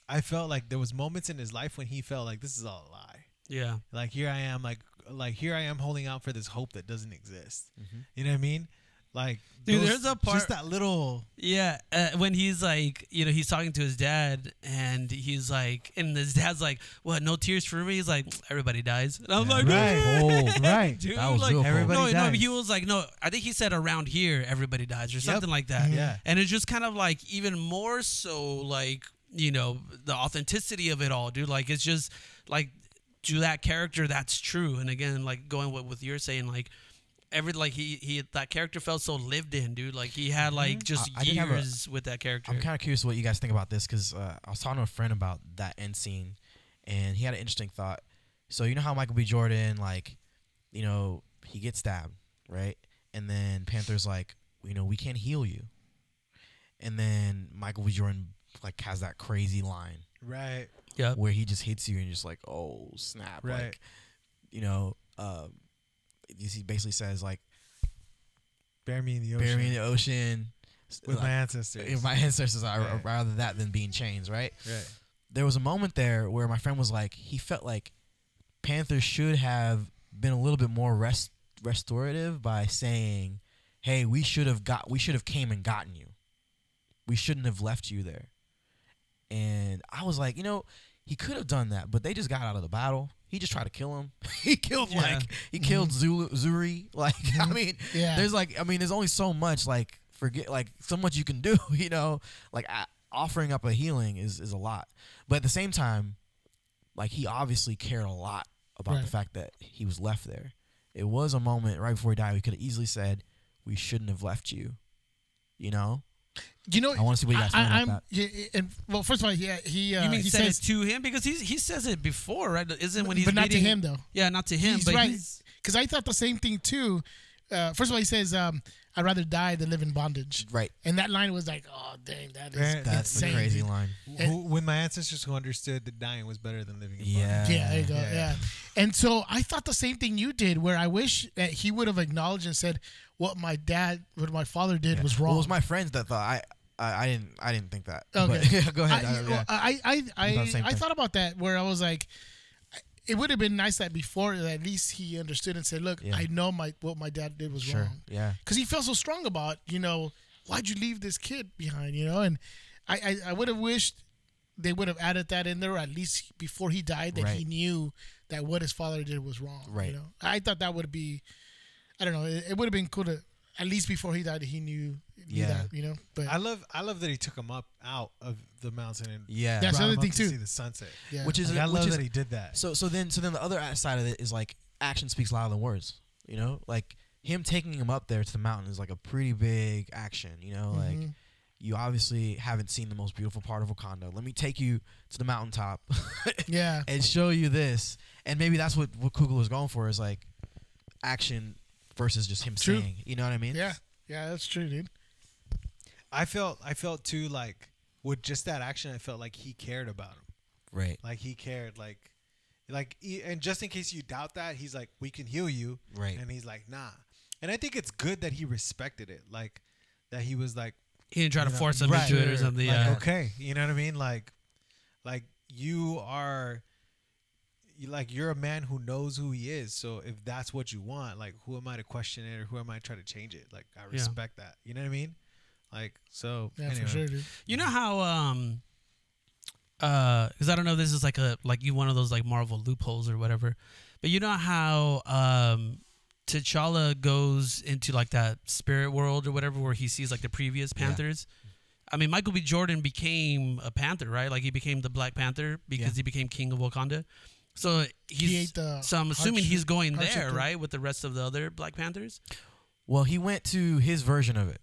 I felt like there was moments in his life when he felt like this is all a lie. Yeah. Like here I am, like like here I am holding out for this hope that doesn't exist. Mm-hmm. You know what I mean? Like, Dude, there's a part- just that little Yeah, uh, when he's like, you know, he's talking to his dad, and he's like, and his dad's like, "What? No tears for me?" He's like, "Everybody dies." And I'm like, Right. oh, right. Dude, That was like, real cold. no, Everybody no, dies. he was like, no, I think he said around here everybody dies or something like that. Yeah. and it's just kind of like even more so like you know the authenticity of it all, dude. Like it's just like to that character that's true. And again, like going with with you're saying, like every like he he that character felt so lived in, dude. Like he had like just I- I did have a- years with that character. I'm kind of curious what you guys think about this because uh, I was talking to a friend about that end scene, and he had an interesting thought. So you know how Michael B. Jordan, like, you know, he gets stabbed, right? And then Panther's like, you know, we can't heal you. And then Michael B. Jordan like has that crazy line right. yeah, where he just hits you and you're just like, oh snap, Right. like, you know, um, he basically says like, Bury me in the ocean bury me in the ocean with like, my ancestors. if my ancestors. I Right. rather that than being chains, right? right. there was a moment there where my friend was like, he felt like Panthers should have been a little bit more rest restorative by saying, "Hey, we should have got, we should have came and gotten you. We shouldn't have left you there." And I was like, you know, he could have done that, but they just got out of the battle. He just tried to kill him. he killed Yeah. like he killed Zulu, Zuri. Like I mean, Yeah. there's like I mean, there's only so much like forget like so much you can do. You know, like I, offering up a healing is is a lot, but at the same time, like he obviously cared a lot about the Right. fact that he was left there. It was a moment right before he died. We could have easily said, "We shouldn't have left you." You know, You know, I want to see what you guys I, think I, about am that. and well, first of all, yeah, he uh, you mean he said says, it to him because he's he says it before, right? Isn't when he's but not to meeting- him though. Yeah, not to him. He's but right. he's- Because I thought the same thing too. Uh, first of all, he says, um, "I'd rather die than live in bondage." right? And that line was like, "Oh, dang, that is Right. That's insane." the crazy dude. line. Who, when my ancestors who understood that dying was better than living in Yeah. Yeah, there you go. Yeah. Yeah. And so I thought the same thing you did, where I wish that he would have acknowledged and said, "What my dad, what my father did was Well, wrong." it was my friends that thought I, I, I didn't, I didn't think that. Okay. But, go ahead. I, I- well, yeah. I, I, I, About the same I thing. thought about that where I was like, it would have been nice that before that at least he understood and said, "Look, Yeah. I know my what my dad did was Sure. wrong." Yeah. because he felt so strong about you know why'd you leave this kid behind you know and I I, I would have wished they would have added that in there at least before he died that he Right. knew that what his father did was wrong Right. you know I thought that would be I don't know it, it would have been cool to at least before he died, he knew, knew Yeah. that, you know. But I love I love that he took him up out of the mountain and Yeah. That's brought another him up thing, to too. see the sunset. yeah, Which is Like, I which love is- that he did that. So so then so then the other side of it is like action speaks louder than words. You know, like him taking him up there to the mountain is like a pretty big action. You know, like Mhm. you obviously haven't seen the most beautiful part of Wakanda. Let me take you to the mountaintop yeah, and show you this. And maybe that's what what Kugel was going for is like action versus just him True. saying. You know what I mean? yeah, yeah. That's true, dude. I felt I felt too like with just that action I felt like he cared about him. Right. Like he cared like like e- and just in case you doubt that he's like we can heal you Right. and he's like nah. And I think it's good that he respected it like that he was like He didn't try to You know, force him right. into it or Sure. something. Like, Yeah. okay, you know what I mean? Like, like you are, you, like you're a man who knows who he is. So if that's what you want, like, who am I to question it or who am I to try to change it? Like, I respect that. You know what I mean? Like, so Yeah, anyway. for sure, dude. You know how um uh cuz I don't know if this is like a like you one of those like Marvel loopholes or whatever. But you know how um T'Challa goes into like that spirit world or whatever where he sees like the previous Panthers. I mean, Michael B. Jordan became a Panther, right? Like he became the Black Panther because Yeah. he became King of Wakanda. So He he's ate the so I'm assuming hardship- he's going hardship there, thing. right, with the rest of the other Black Panthers. Well, he went to his version of it.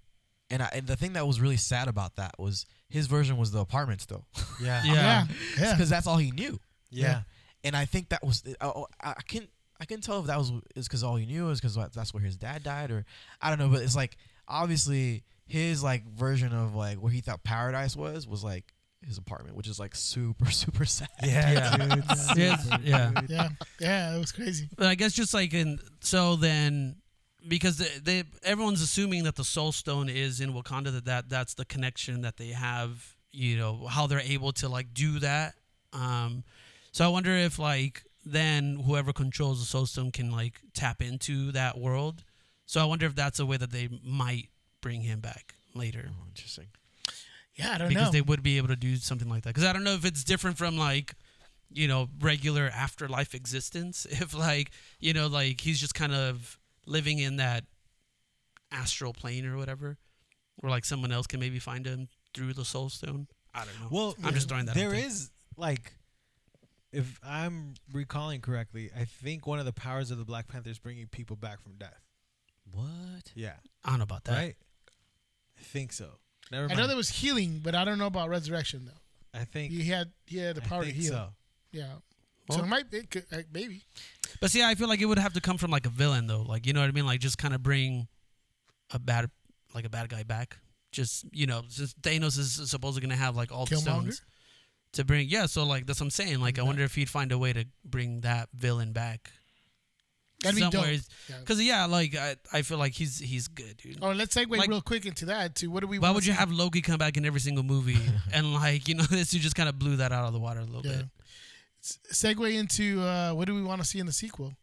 And, I, and the thing that was really sad about that was his version was the apartment still. Yeah. Yeah. Yeah, yeah. Because that's all he knew. Yeah. and I think that was oh, I, I couldn't I couldn't tell if that was is because all he knew is because that's where his dad died or I don't know, but it's like obviously his like version of like where he thought paradise was was like his apartment, which is like super super sad. Yeah. dude. Yeah, yeah. yeah, yeah. It was crazy. But I guess just like in so then because they, they everyone's assuming that the Soul Stone is in Wakanda that, that that's the connection that they have. You know how they're able to like do that. Um, so I wonder if like then whoever controls the Soul Stone can like tap into that world. So I wonder if that's a way that they might bring him back later Oh, interesting. Yeah, I don't because know. they would be able to do something like that. Because I don't know if it's different from like, you know, regular afterlife existence. If like, you know, like he's just kind of living in that astral plane or whatever, where like someone else can maybe find him through the soul stone. I don't know. Well, I'm just throwing that. There out is there. like, if I'm recalling correctly, I think one of the powers of the Black Panther is bringing people back from death. What? Yeah. I don't know about that. Right. I think so. Never I mind. know there was healing, but I don't know about resurrection though. I think He had he had the I power to think heal. so. Yeah. So it might it could, like, maybe. But see, I feel like it would have to come from like a villain though. Like you know what I mean? Like just kind of bring a bad, like a bad guy back. Just you know, since Thanos is supposedly gonna have like all the stones. Killmonger. to bring yeah so like that's what i'm saying like i wonder if he'd find a way to bring that villain back That'd be dope. Yeah. because yeah like I, I feel like he's he's good dude Oh, let's segue Like- real quick into that. To what do we? why wanna would you see? have loki come back in every single movie and like you know this you just kind of blew that out of the water a little Yeah. bit S- segue into uh, what do we want to see in the sequel?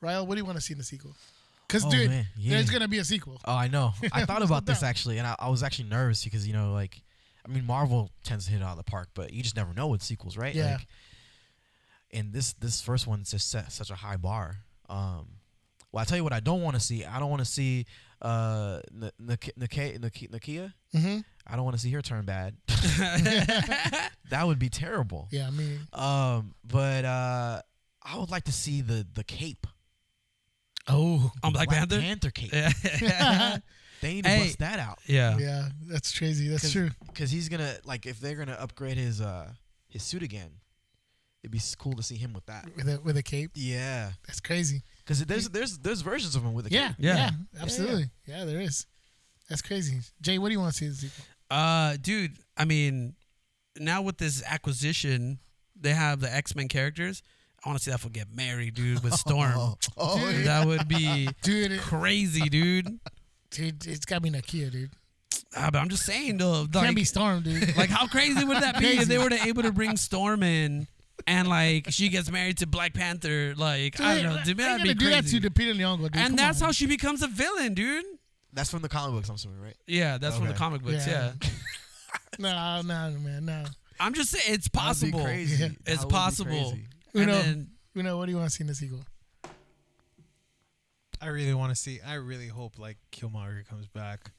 Ryle, what do you want to see in the sequel? Because Oh, dude, man, yeah. there's gonna be a sequel. Oh, I know. I thought What's about this that? actually, and I, I was actually nervous because you know, like, I mean, Marvel tends to hit it out of the park, but you just never know with sequels, right? Yeah. Like, and this this first one's just set such a high bar. Um, well, I tell you what, I don't want to see. I don't want to see uh N- Nik- Nik- Nik- Nakia. Mm-hmm. I don't want to see her turn bad. that would be terrible. Yeah, I mean, Um, but uh, I would like to see the the cape. oh on black, panther Panther cape. yeah They need to Hey. bust that out. yeah yeah, that's crazy. That's Cause, true. 'cause he's gonna like if they're gonna upgrade his uh his suit again, it'd be s- cool to see him with that. With a with a cape, Yeah, that's crazy. because there's there's there's versions of him with a Yeah, cape. Yeah. yeah, absolutely. Yeah, there is. That's crazy. Jay, what do you want to see in the sequel? uh dude i mean now with this acquisition they have the x-men characters i want to see that fool get married dude with storm Oh, Dude. that would be Dude, it, crazy dude dude, it's gotta be Nakia, dude. Ah, but I'm just saying though, Can't like, be Storm, dude. like how crazy would that be if they were to able to bring Storm in and like she gets married to Black Panther? Like I don't know, They're dude, that'd gonna be do that to crazy. the Peter Leongo, dude. Come and that's on. how she becomes a villain, dude. that's from the comic books. I'm assuming, right? Yeah, that's from the Okay. comic books. Yeah, Yeah. No, no, man, no. I'm just saying it's That'd be possible. crazy. Yeah. That It's would be possible. crazy. Uno, And then Uno, what do you want to see in the sequel? I really want to see. I really hope like Killmonger comes back.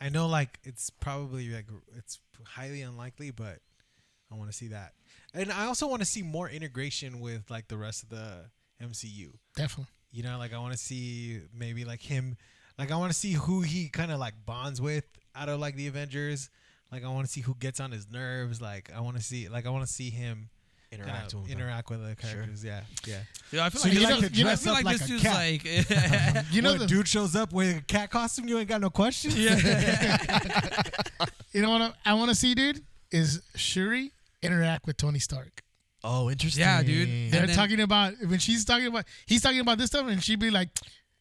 I know like it's probably like it's highly unlikely, but I want to see that. And I also want to see more integration with like the rest of the MCU. Definitely. You know, like I want to see maybe like him, like I want to see who he kind of like bonds with out of like the Avengers. Like I want to see who gets on his nerves. Like I want to see, like I want to see him kinda Interact with them. interact with the characters. Yeah, yeah. Dude, I feel So like, you this like dude- to dress I feel up like, like this a dude's cat. like, You know What, the dude shows up wearing a cat costume. You ain't got no questions. You know what I, I want to see, dude, is Shuri interact with Tony Stark. Oh, interesting. yeah, dude. And They're then- talking about when she's talking about he's talking about this stuff, and she'd be like,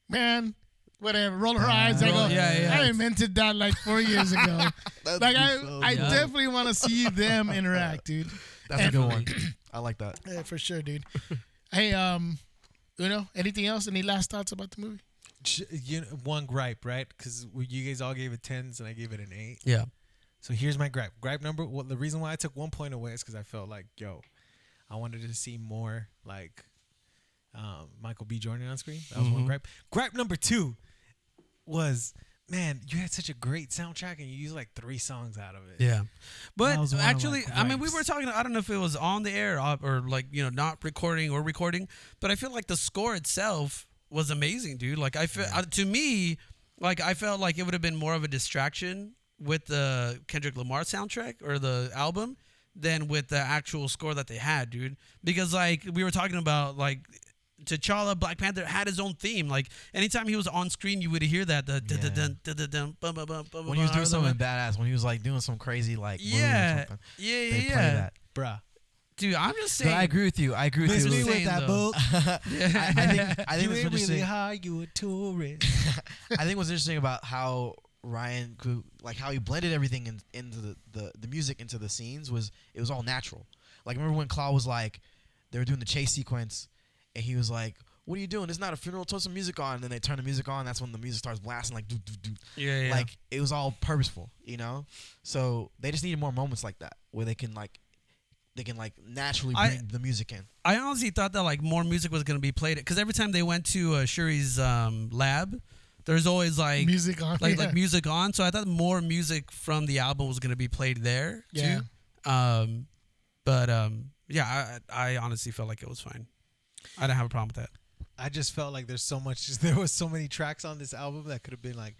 "Man, whatever." Roll her eyes. I roll- go, yeah, yeah. I invented that like four years ago. like I, I Yeah. definitely want to see them interact, dude. That's a good one. I like that. Yeah, for sure, dude. Hey, um, Uno, anything else? Any last thoughts about the movie? Ch- you know, one gripe, right? Because you guys all gave it tens and I gave it an eight. yeah. So here's my gripe. Gripe number. Well, the reason why I took one point away is because I felt like, yo, I wanted to see more like um, Michael B. Jordan on screen. That was Mm-hmm. one gripe. Gripe number two was, man, you had such a great soundtrack and you used like three songs out of it. Yeah, That was but one of my actually, I mean, we gripes. were talking. I don't know if it was on the air or, or like you know not recording or recording, but I feel like the score itself was amazing, dude. Like I feel uh, to me, like I felt like it would have been more of a distraction with the Kendrick Lamar soundtrack or the album than with the actual score that they had, dude. Because like we were talking about, like T'Challa, Black Panther had his own theme. Like anytime he was on screen, you would hear that the dun dun dun dun dun dun bum bum bum bum. When he was bum, doing bum, bum. something badass, when he was like doing some crazy like move or Yeah, something, yeah, yeah, they yeah. play that. Bruh. Dude, I'm just But saying. I agree with you. I agree with Miss you. me Lou. with saying, that though. boat. I, I think I think You what's ain't really interesting. high, you a tourist. I think what's interesting about how Ryan could like how he blended everything in, into the, the the music into the scenes was it was all natural. Like remember when Claw was like they were doing the chase sequence and he was like, "What are you doing? It's not a funeral. Turn some music on." And then they turn the music on. That's when the music starts blasting like do do do. Yeah, yeah. Like it was all purposeful, you know. So they just needed more moments like that where they can like they can like naturally I- bring the music in. I honestly thought that like more music was gonna be played because every time they went to uh, Shuri's um, lab, there's always like Music on, like yeah. like music on. So I thought more music from the album was gonna be played there Yeah. too. Um, but um, yeah, I I honestly felt like it was fine. I didn't have a problem with that. I just felt like there's so much. There was so many tracks on this album that could have been like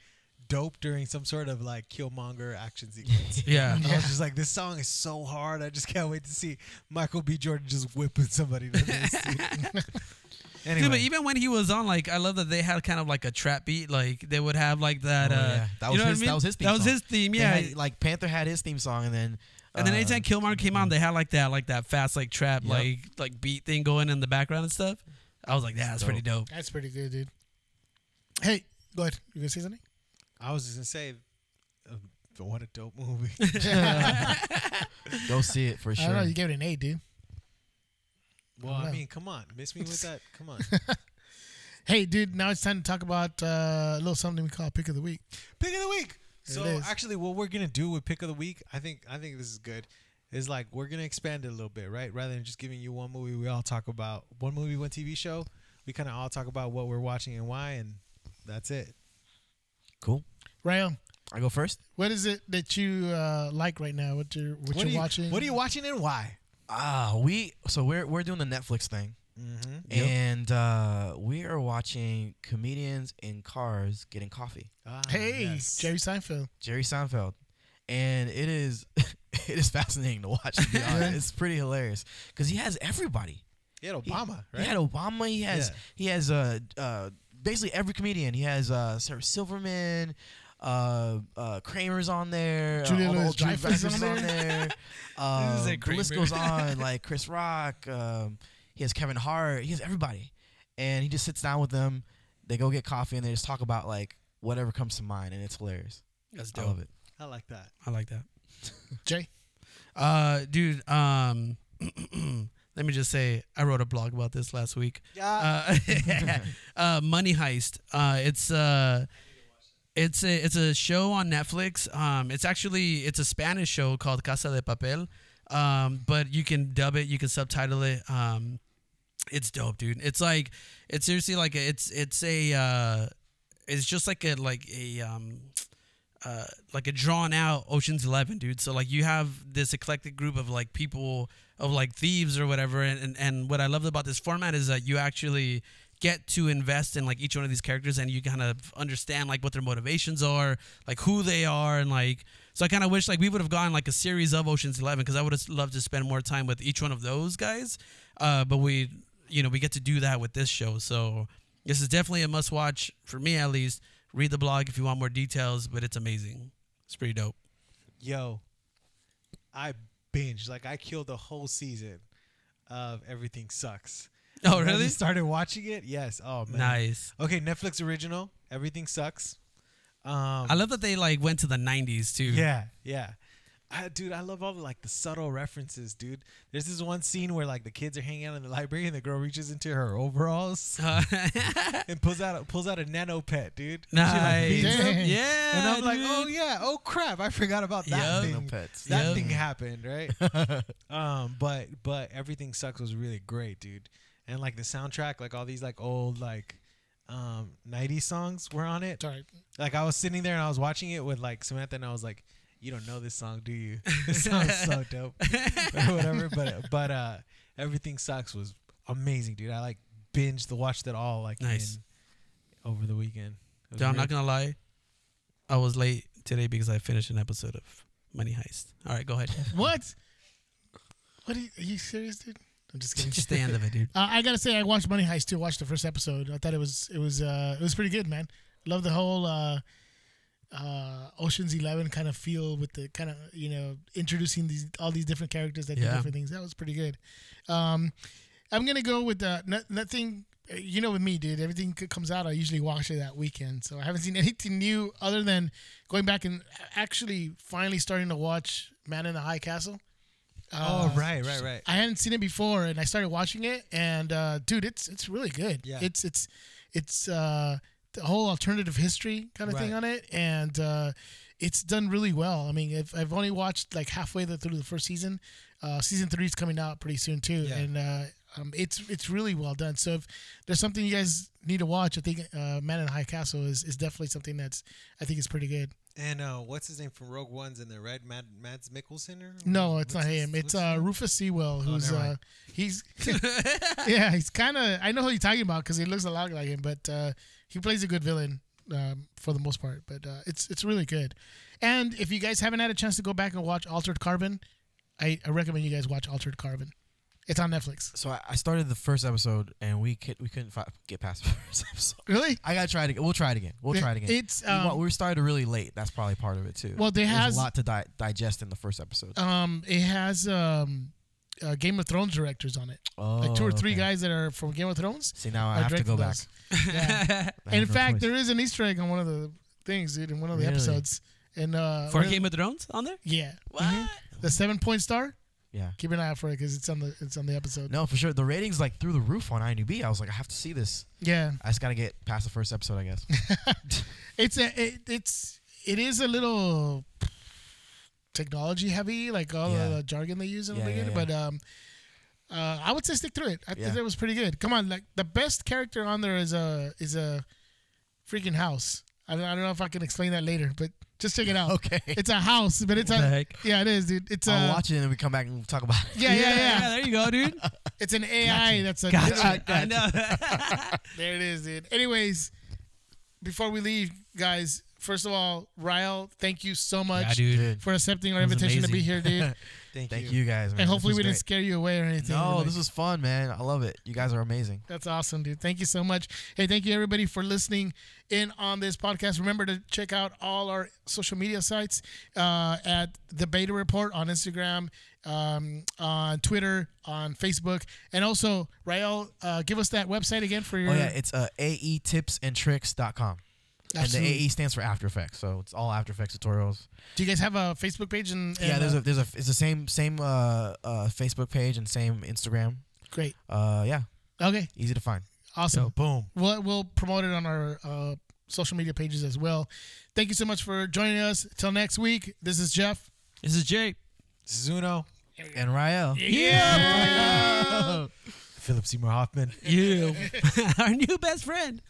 dope during some sort of like Killmonger action sequence. Yeah. I was just like, this song is so hard. I just can't wait to see Michael B. Jordan just whipping somebody. To this. anyway, Dude, but even when he was on, like, I love that they had kind of like a trap beat. Like, they would have like that. Oh, uh, yeah. That you was know what I his- that mean? was his theme That was song. his theme. They Yeah, had, like Panther had his theme song, and then And then uh, anytime Killmonger came on, they had like that, like that fast, like trap, Yep. like like beat thing going in the background and stuff. I was like, yeah, that's pretty dope. That's pretty good, dude. Hey, go ahead. You gonna say something? I was just gonna say, uh, what a dope movie. go see it for I don't know. sure. You gave it an eight, dude. well, Wow. I mean, come on, miss me with that. Come on, Hey, dude. Now it's time to talk about uh, a little something we call pick of the week. pick of the week. It So is. actually, what we're gonna do with pick of the week, I think, I think this is good. Is like we're gonna expand it a little bit, right? Rather than just giving you one movie, we all talk about one movie, one TV show. We kind of all talk about what we're watching and why, and that's it. cool. Rayo, I go first. what is it that you uh, like right now? What you're what, are you're you watching? What are you watching and why? Ah, we so we're we're doing the Netflix thing, Mm-hmm. Yep. and uh, we are watching comedians in cars getting coffee. Ah, Hey, yes. Uh, Jerry Seinfeld. Jerry Seinfeld, and it is it is fascinating to watch. To be honest, it's pretty hilarious because he has everybody. He had He- Obama, He right? had Obama. He has Yeah. he has uh, uh basically every comedian. He has uh Sarah Silverman, uh, uh Kramer's on there, Julia uh, all the old Louis-Dreyfus Dreyfus on is on there. This um, is a the list Kramer. goes on. Like Chris Rock. Um, he has Kevin Hart. He has everybody, and he just sits down with them. They go get coffee and they just talk about like whatever comes to mind, and it's hilarious. That's I love dope. it. I like that. I, like that. Jay. Uh, dude, um, let me just say, I wrote a blog about this last week. Uh, uh, Money Heist. Uh, it's uh, it's a it's a show on Netflix. Um, it's actually it's a Spanish show called Casa de Papel. Um, but you can dub it, you can subtitle it. Um, it's dope, dude. It's like it's seriously like a- it's it's a uh, it's just like a like a um uh like a drawn out Ocean's Eleven, dude. So like you have this eclectic group of like people of like thieves or whatever, and and, and what I loved about this format is that you actually get to invest in like each one of these characters and you kind of understand like what their motivations are like who they are and like so i kind of wish like we would have gone like a series of oceans 11 because i would have loved to spend more time with each one of those guys uh, but we you know we get to do that with this show so this is definitely a must watch for me at least read the blog if you want more details but it's amazing it's pretty dope Yo, I binged. Like, I killed the whole season of Everything Sucks. oh When really you started watching it? Yes. Oh, man. nice Okay, Netflix original. Everything Sucks. Um, i love that they like went to the 90s too Yeah, yeah. I, dude, I love all the, like the subtle references, dude. There's this one scene where like the kids are hanging out in the library and the girl reaches into her overalls Uh, and pulls out a, pulls out a nano pet, dude. She, like, nice beats him. Dang. yeah and I'm like, dude. oh yeah, oh crap, I forgot about that Yup. thing. Nano pets. That Yup. thing happened, right? um, but but everything sucks was really great, dude. And like the soundtrack, like all these like old like um 90s songs were on it. Sorry. Like I was sitting there and I was watching it with like Samantha, and I was like, "You don't know this song, do you? This song's so dope, or whatever." But but uh, everything sucks was amazing, dude. I like binged the watched it all like Nice. in- over the weekend. It was Dude, I'm great. not gonna lie. I was late today because I finished an episode of Money Heist. All right, go ahead. What? What are you, are you serious, dude? I'm just kidding. Just the end of it, dude. Uh, I gotta say, I watched Money Heist too. I Watched the first episode. I thought it was it was uh, it was pretty good, man. Love the whole uh, uh, Ocean's Eleven kind of feel with the kind of you know introducing these all these different characters that do Yeah. different things. That was pretty good. Um, I'm gonna go with uh, no, nothing. uh, You know, with me, dude, everything c- comes out. I usually watch it that weekend, so I haven't seen anything new other than going back and actually finally starting to watch Man in the High Castle. Oh Uh, right, right, right. I hadn't seen it before, and I started watching it, and uh, dude, it's it's really good. Yeah. it's it's it's uh, the whole alternative history kind of thing Right. on it, and uh, it's done really well. I mean, I've, I've only watched like halfway the, through the first season. Uh, season three is coming out pretty soon too, Yeah. and uh, um, it's it's really well done. So if there's something you guys need to watch, I think uh, Man in High Castle is, is definitely something that's I think is pretty good. And uh, what's his name from Rogue One's in the red? Mad, Mads Mikkelsen? Or No, it's what's not his- him. It's what's- uh, Rufus Sewell, who's never uh, mind. he's yeah, he's kind of. I know who you're talking about because he looks a lot like him, but uh, he plays a good villain um, for the most part. But uh, it's it's really good. And if you guys haven't had a chance to go back and watch Altered Carbon, I, I recommend you guys watch Altered Carbon. It's on Netflix. So I, I started the first episode and we could, we couldn't fi- get past the first episode. Really? I gotta try it again. We'll try it again. We'll try it again. It's, We wa- um, we, were started really late. That's probably part of it too. Well, there There's has- a lot to di- digest in the first episode. Um, it has um, uh, Game of Thrones directors on it, oh, like two or three okay. guys that are from Game of Thrones. See now I are have to directed go back. those. Yeah. Yeah. I In have no fact, choice. there is an Easter egg on one of the things, dude, in one of the Really? episodes. And uh, For one of- Game of Thrones on there? yeah, What? Mhm. the seven point star. yeah. Keep an eye out for it because it's on the it's on the episode. No, for sure. The ratings like through the roof on IMDb. I was like, I have to see this. Yeah, I just gotta get past the first episode, I guess. it's a it, it's it is a little technology heavy, like all Yeah. the jargon they use in Yeah, the yeah, beginning. But um, uh, I would say stick through it. I Yeah. think that was pretty good. Come on, like the best character on there is a is a freaking house. I don't, I don't know if I can explain that later, but just check it out. okay. It's uh, a house, but it's What the a heck? yeah, it is, dude. It's I'll a watch it and then we come back and we'll talk about it. yeah, yeah, yeah, There you go, dude. It's an AI that's a uh, Gotcha. I know. There it is, dude. Anyways, before we leave, guys, first of all, Ryle, thank you so much yeah, dude. Dude, for accepting our That was invitation to be here, amazing. dude. Thank, Thank you. you guys, and man. This hopefully we was didn't great. scare you away or anything. No, Like, this was fun, man. I love it. You guys are amazing. that's awesome, dude. Thank you so much. Hey, thank you everybody for listening in on this podcast. Remember to check out all our social media sites uh, at the Beta Report on Instagram, um, on Twitter, on Facebook, and also Rael, uh, give us that website again for your Oh yeah, it's uh, aetipsandtricks.com. And the E Absolutely. AE stands for After Effects, so it's all After Effects tutorials. Do you guys have a Facebook page? And, yeah, and, there's uh, a there's a it's the same same uh, uh, Facebook page and same Instagram. great. Uh, yeah, Okay, easy to find. awesome. Boom. We'll we'll promote it on our uh, social media pages as well. Thank you so much for joining us. Till next week. This is Jeff. This is Jake. Zuno. And Rael. Yeah. Philip Seymour Hoffman. You, our new best friend.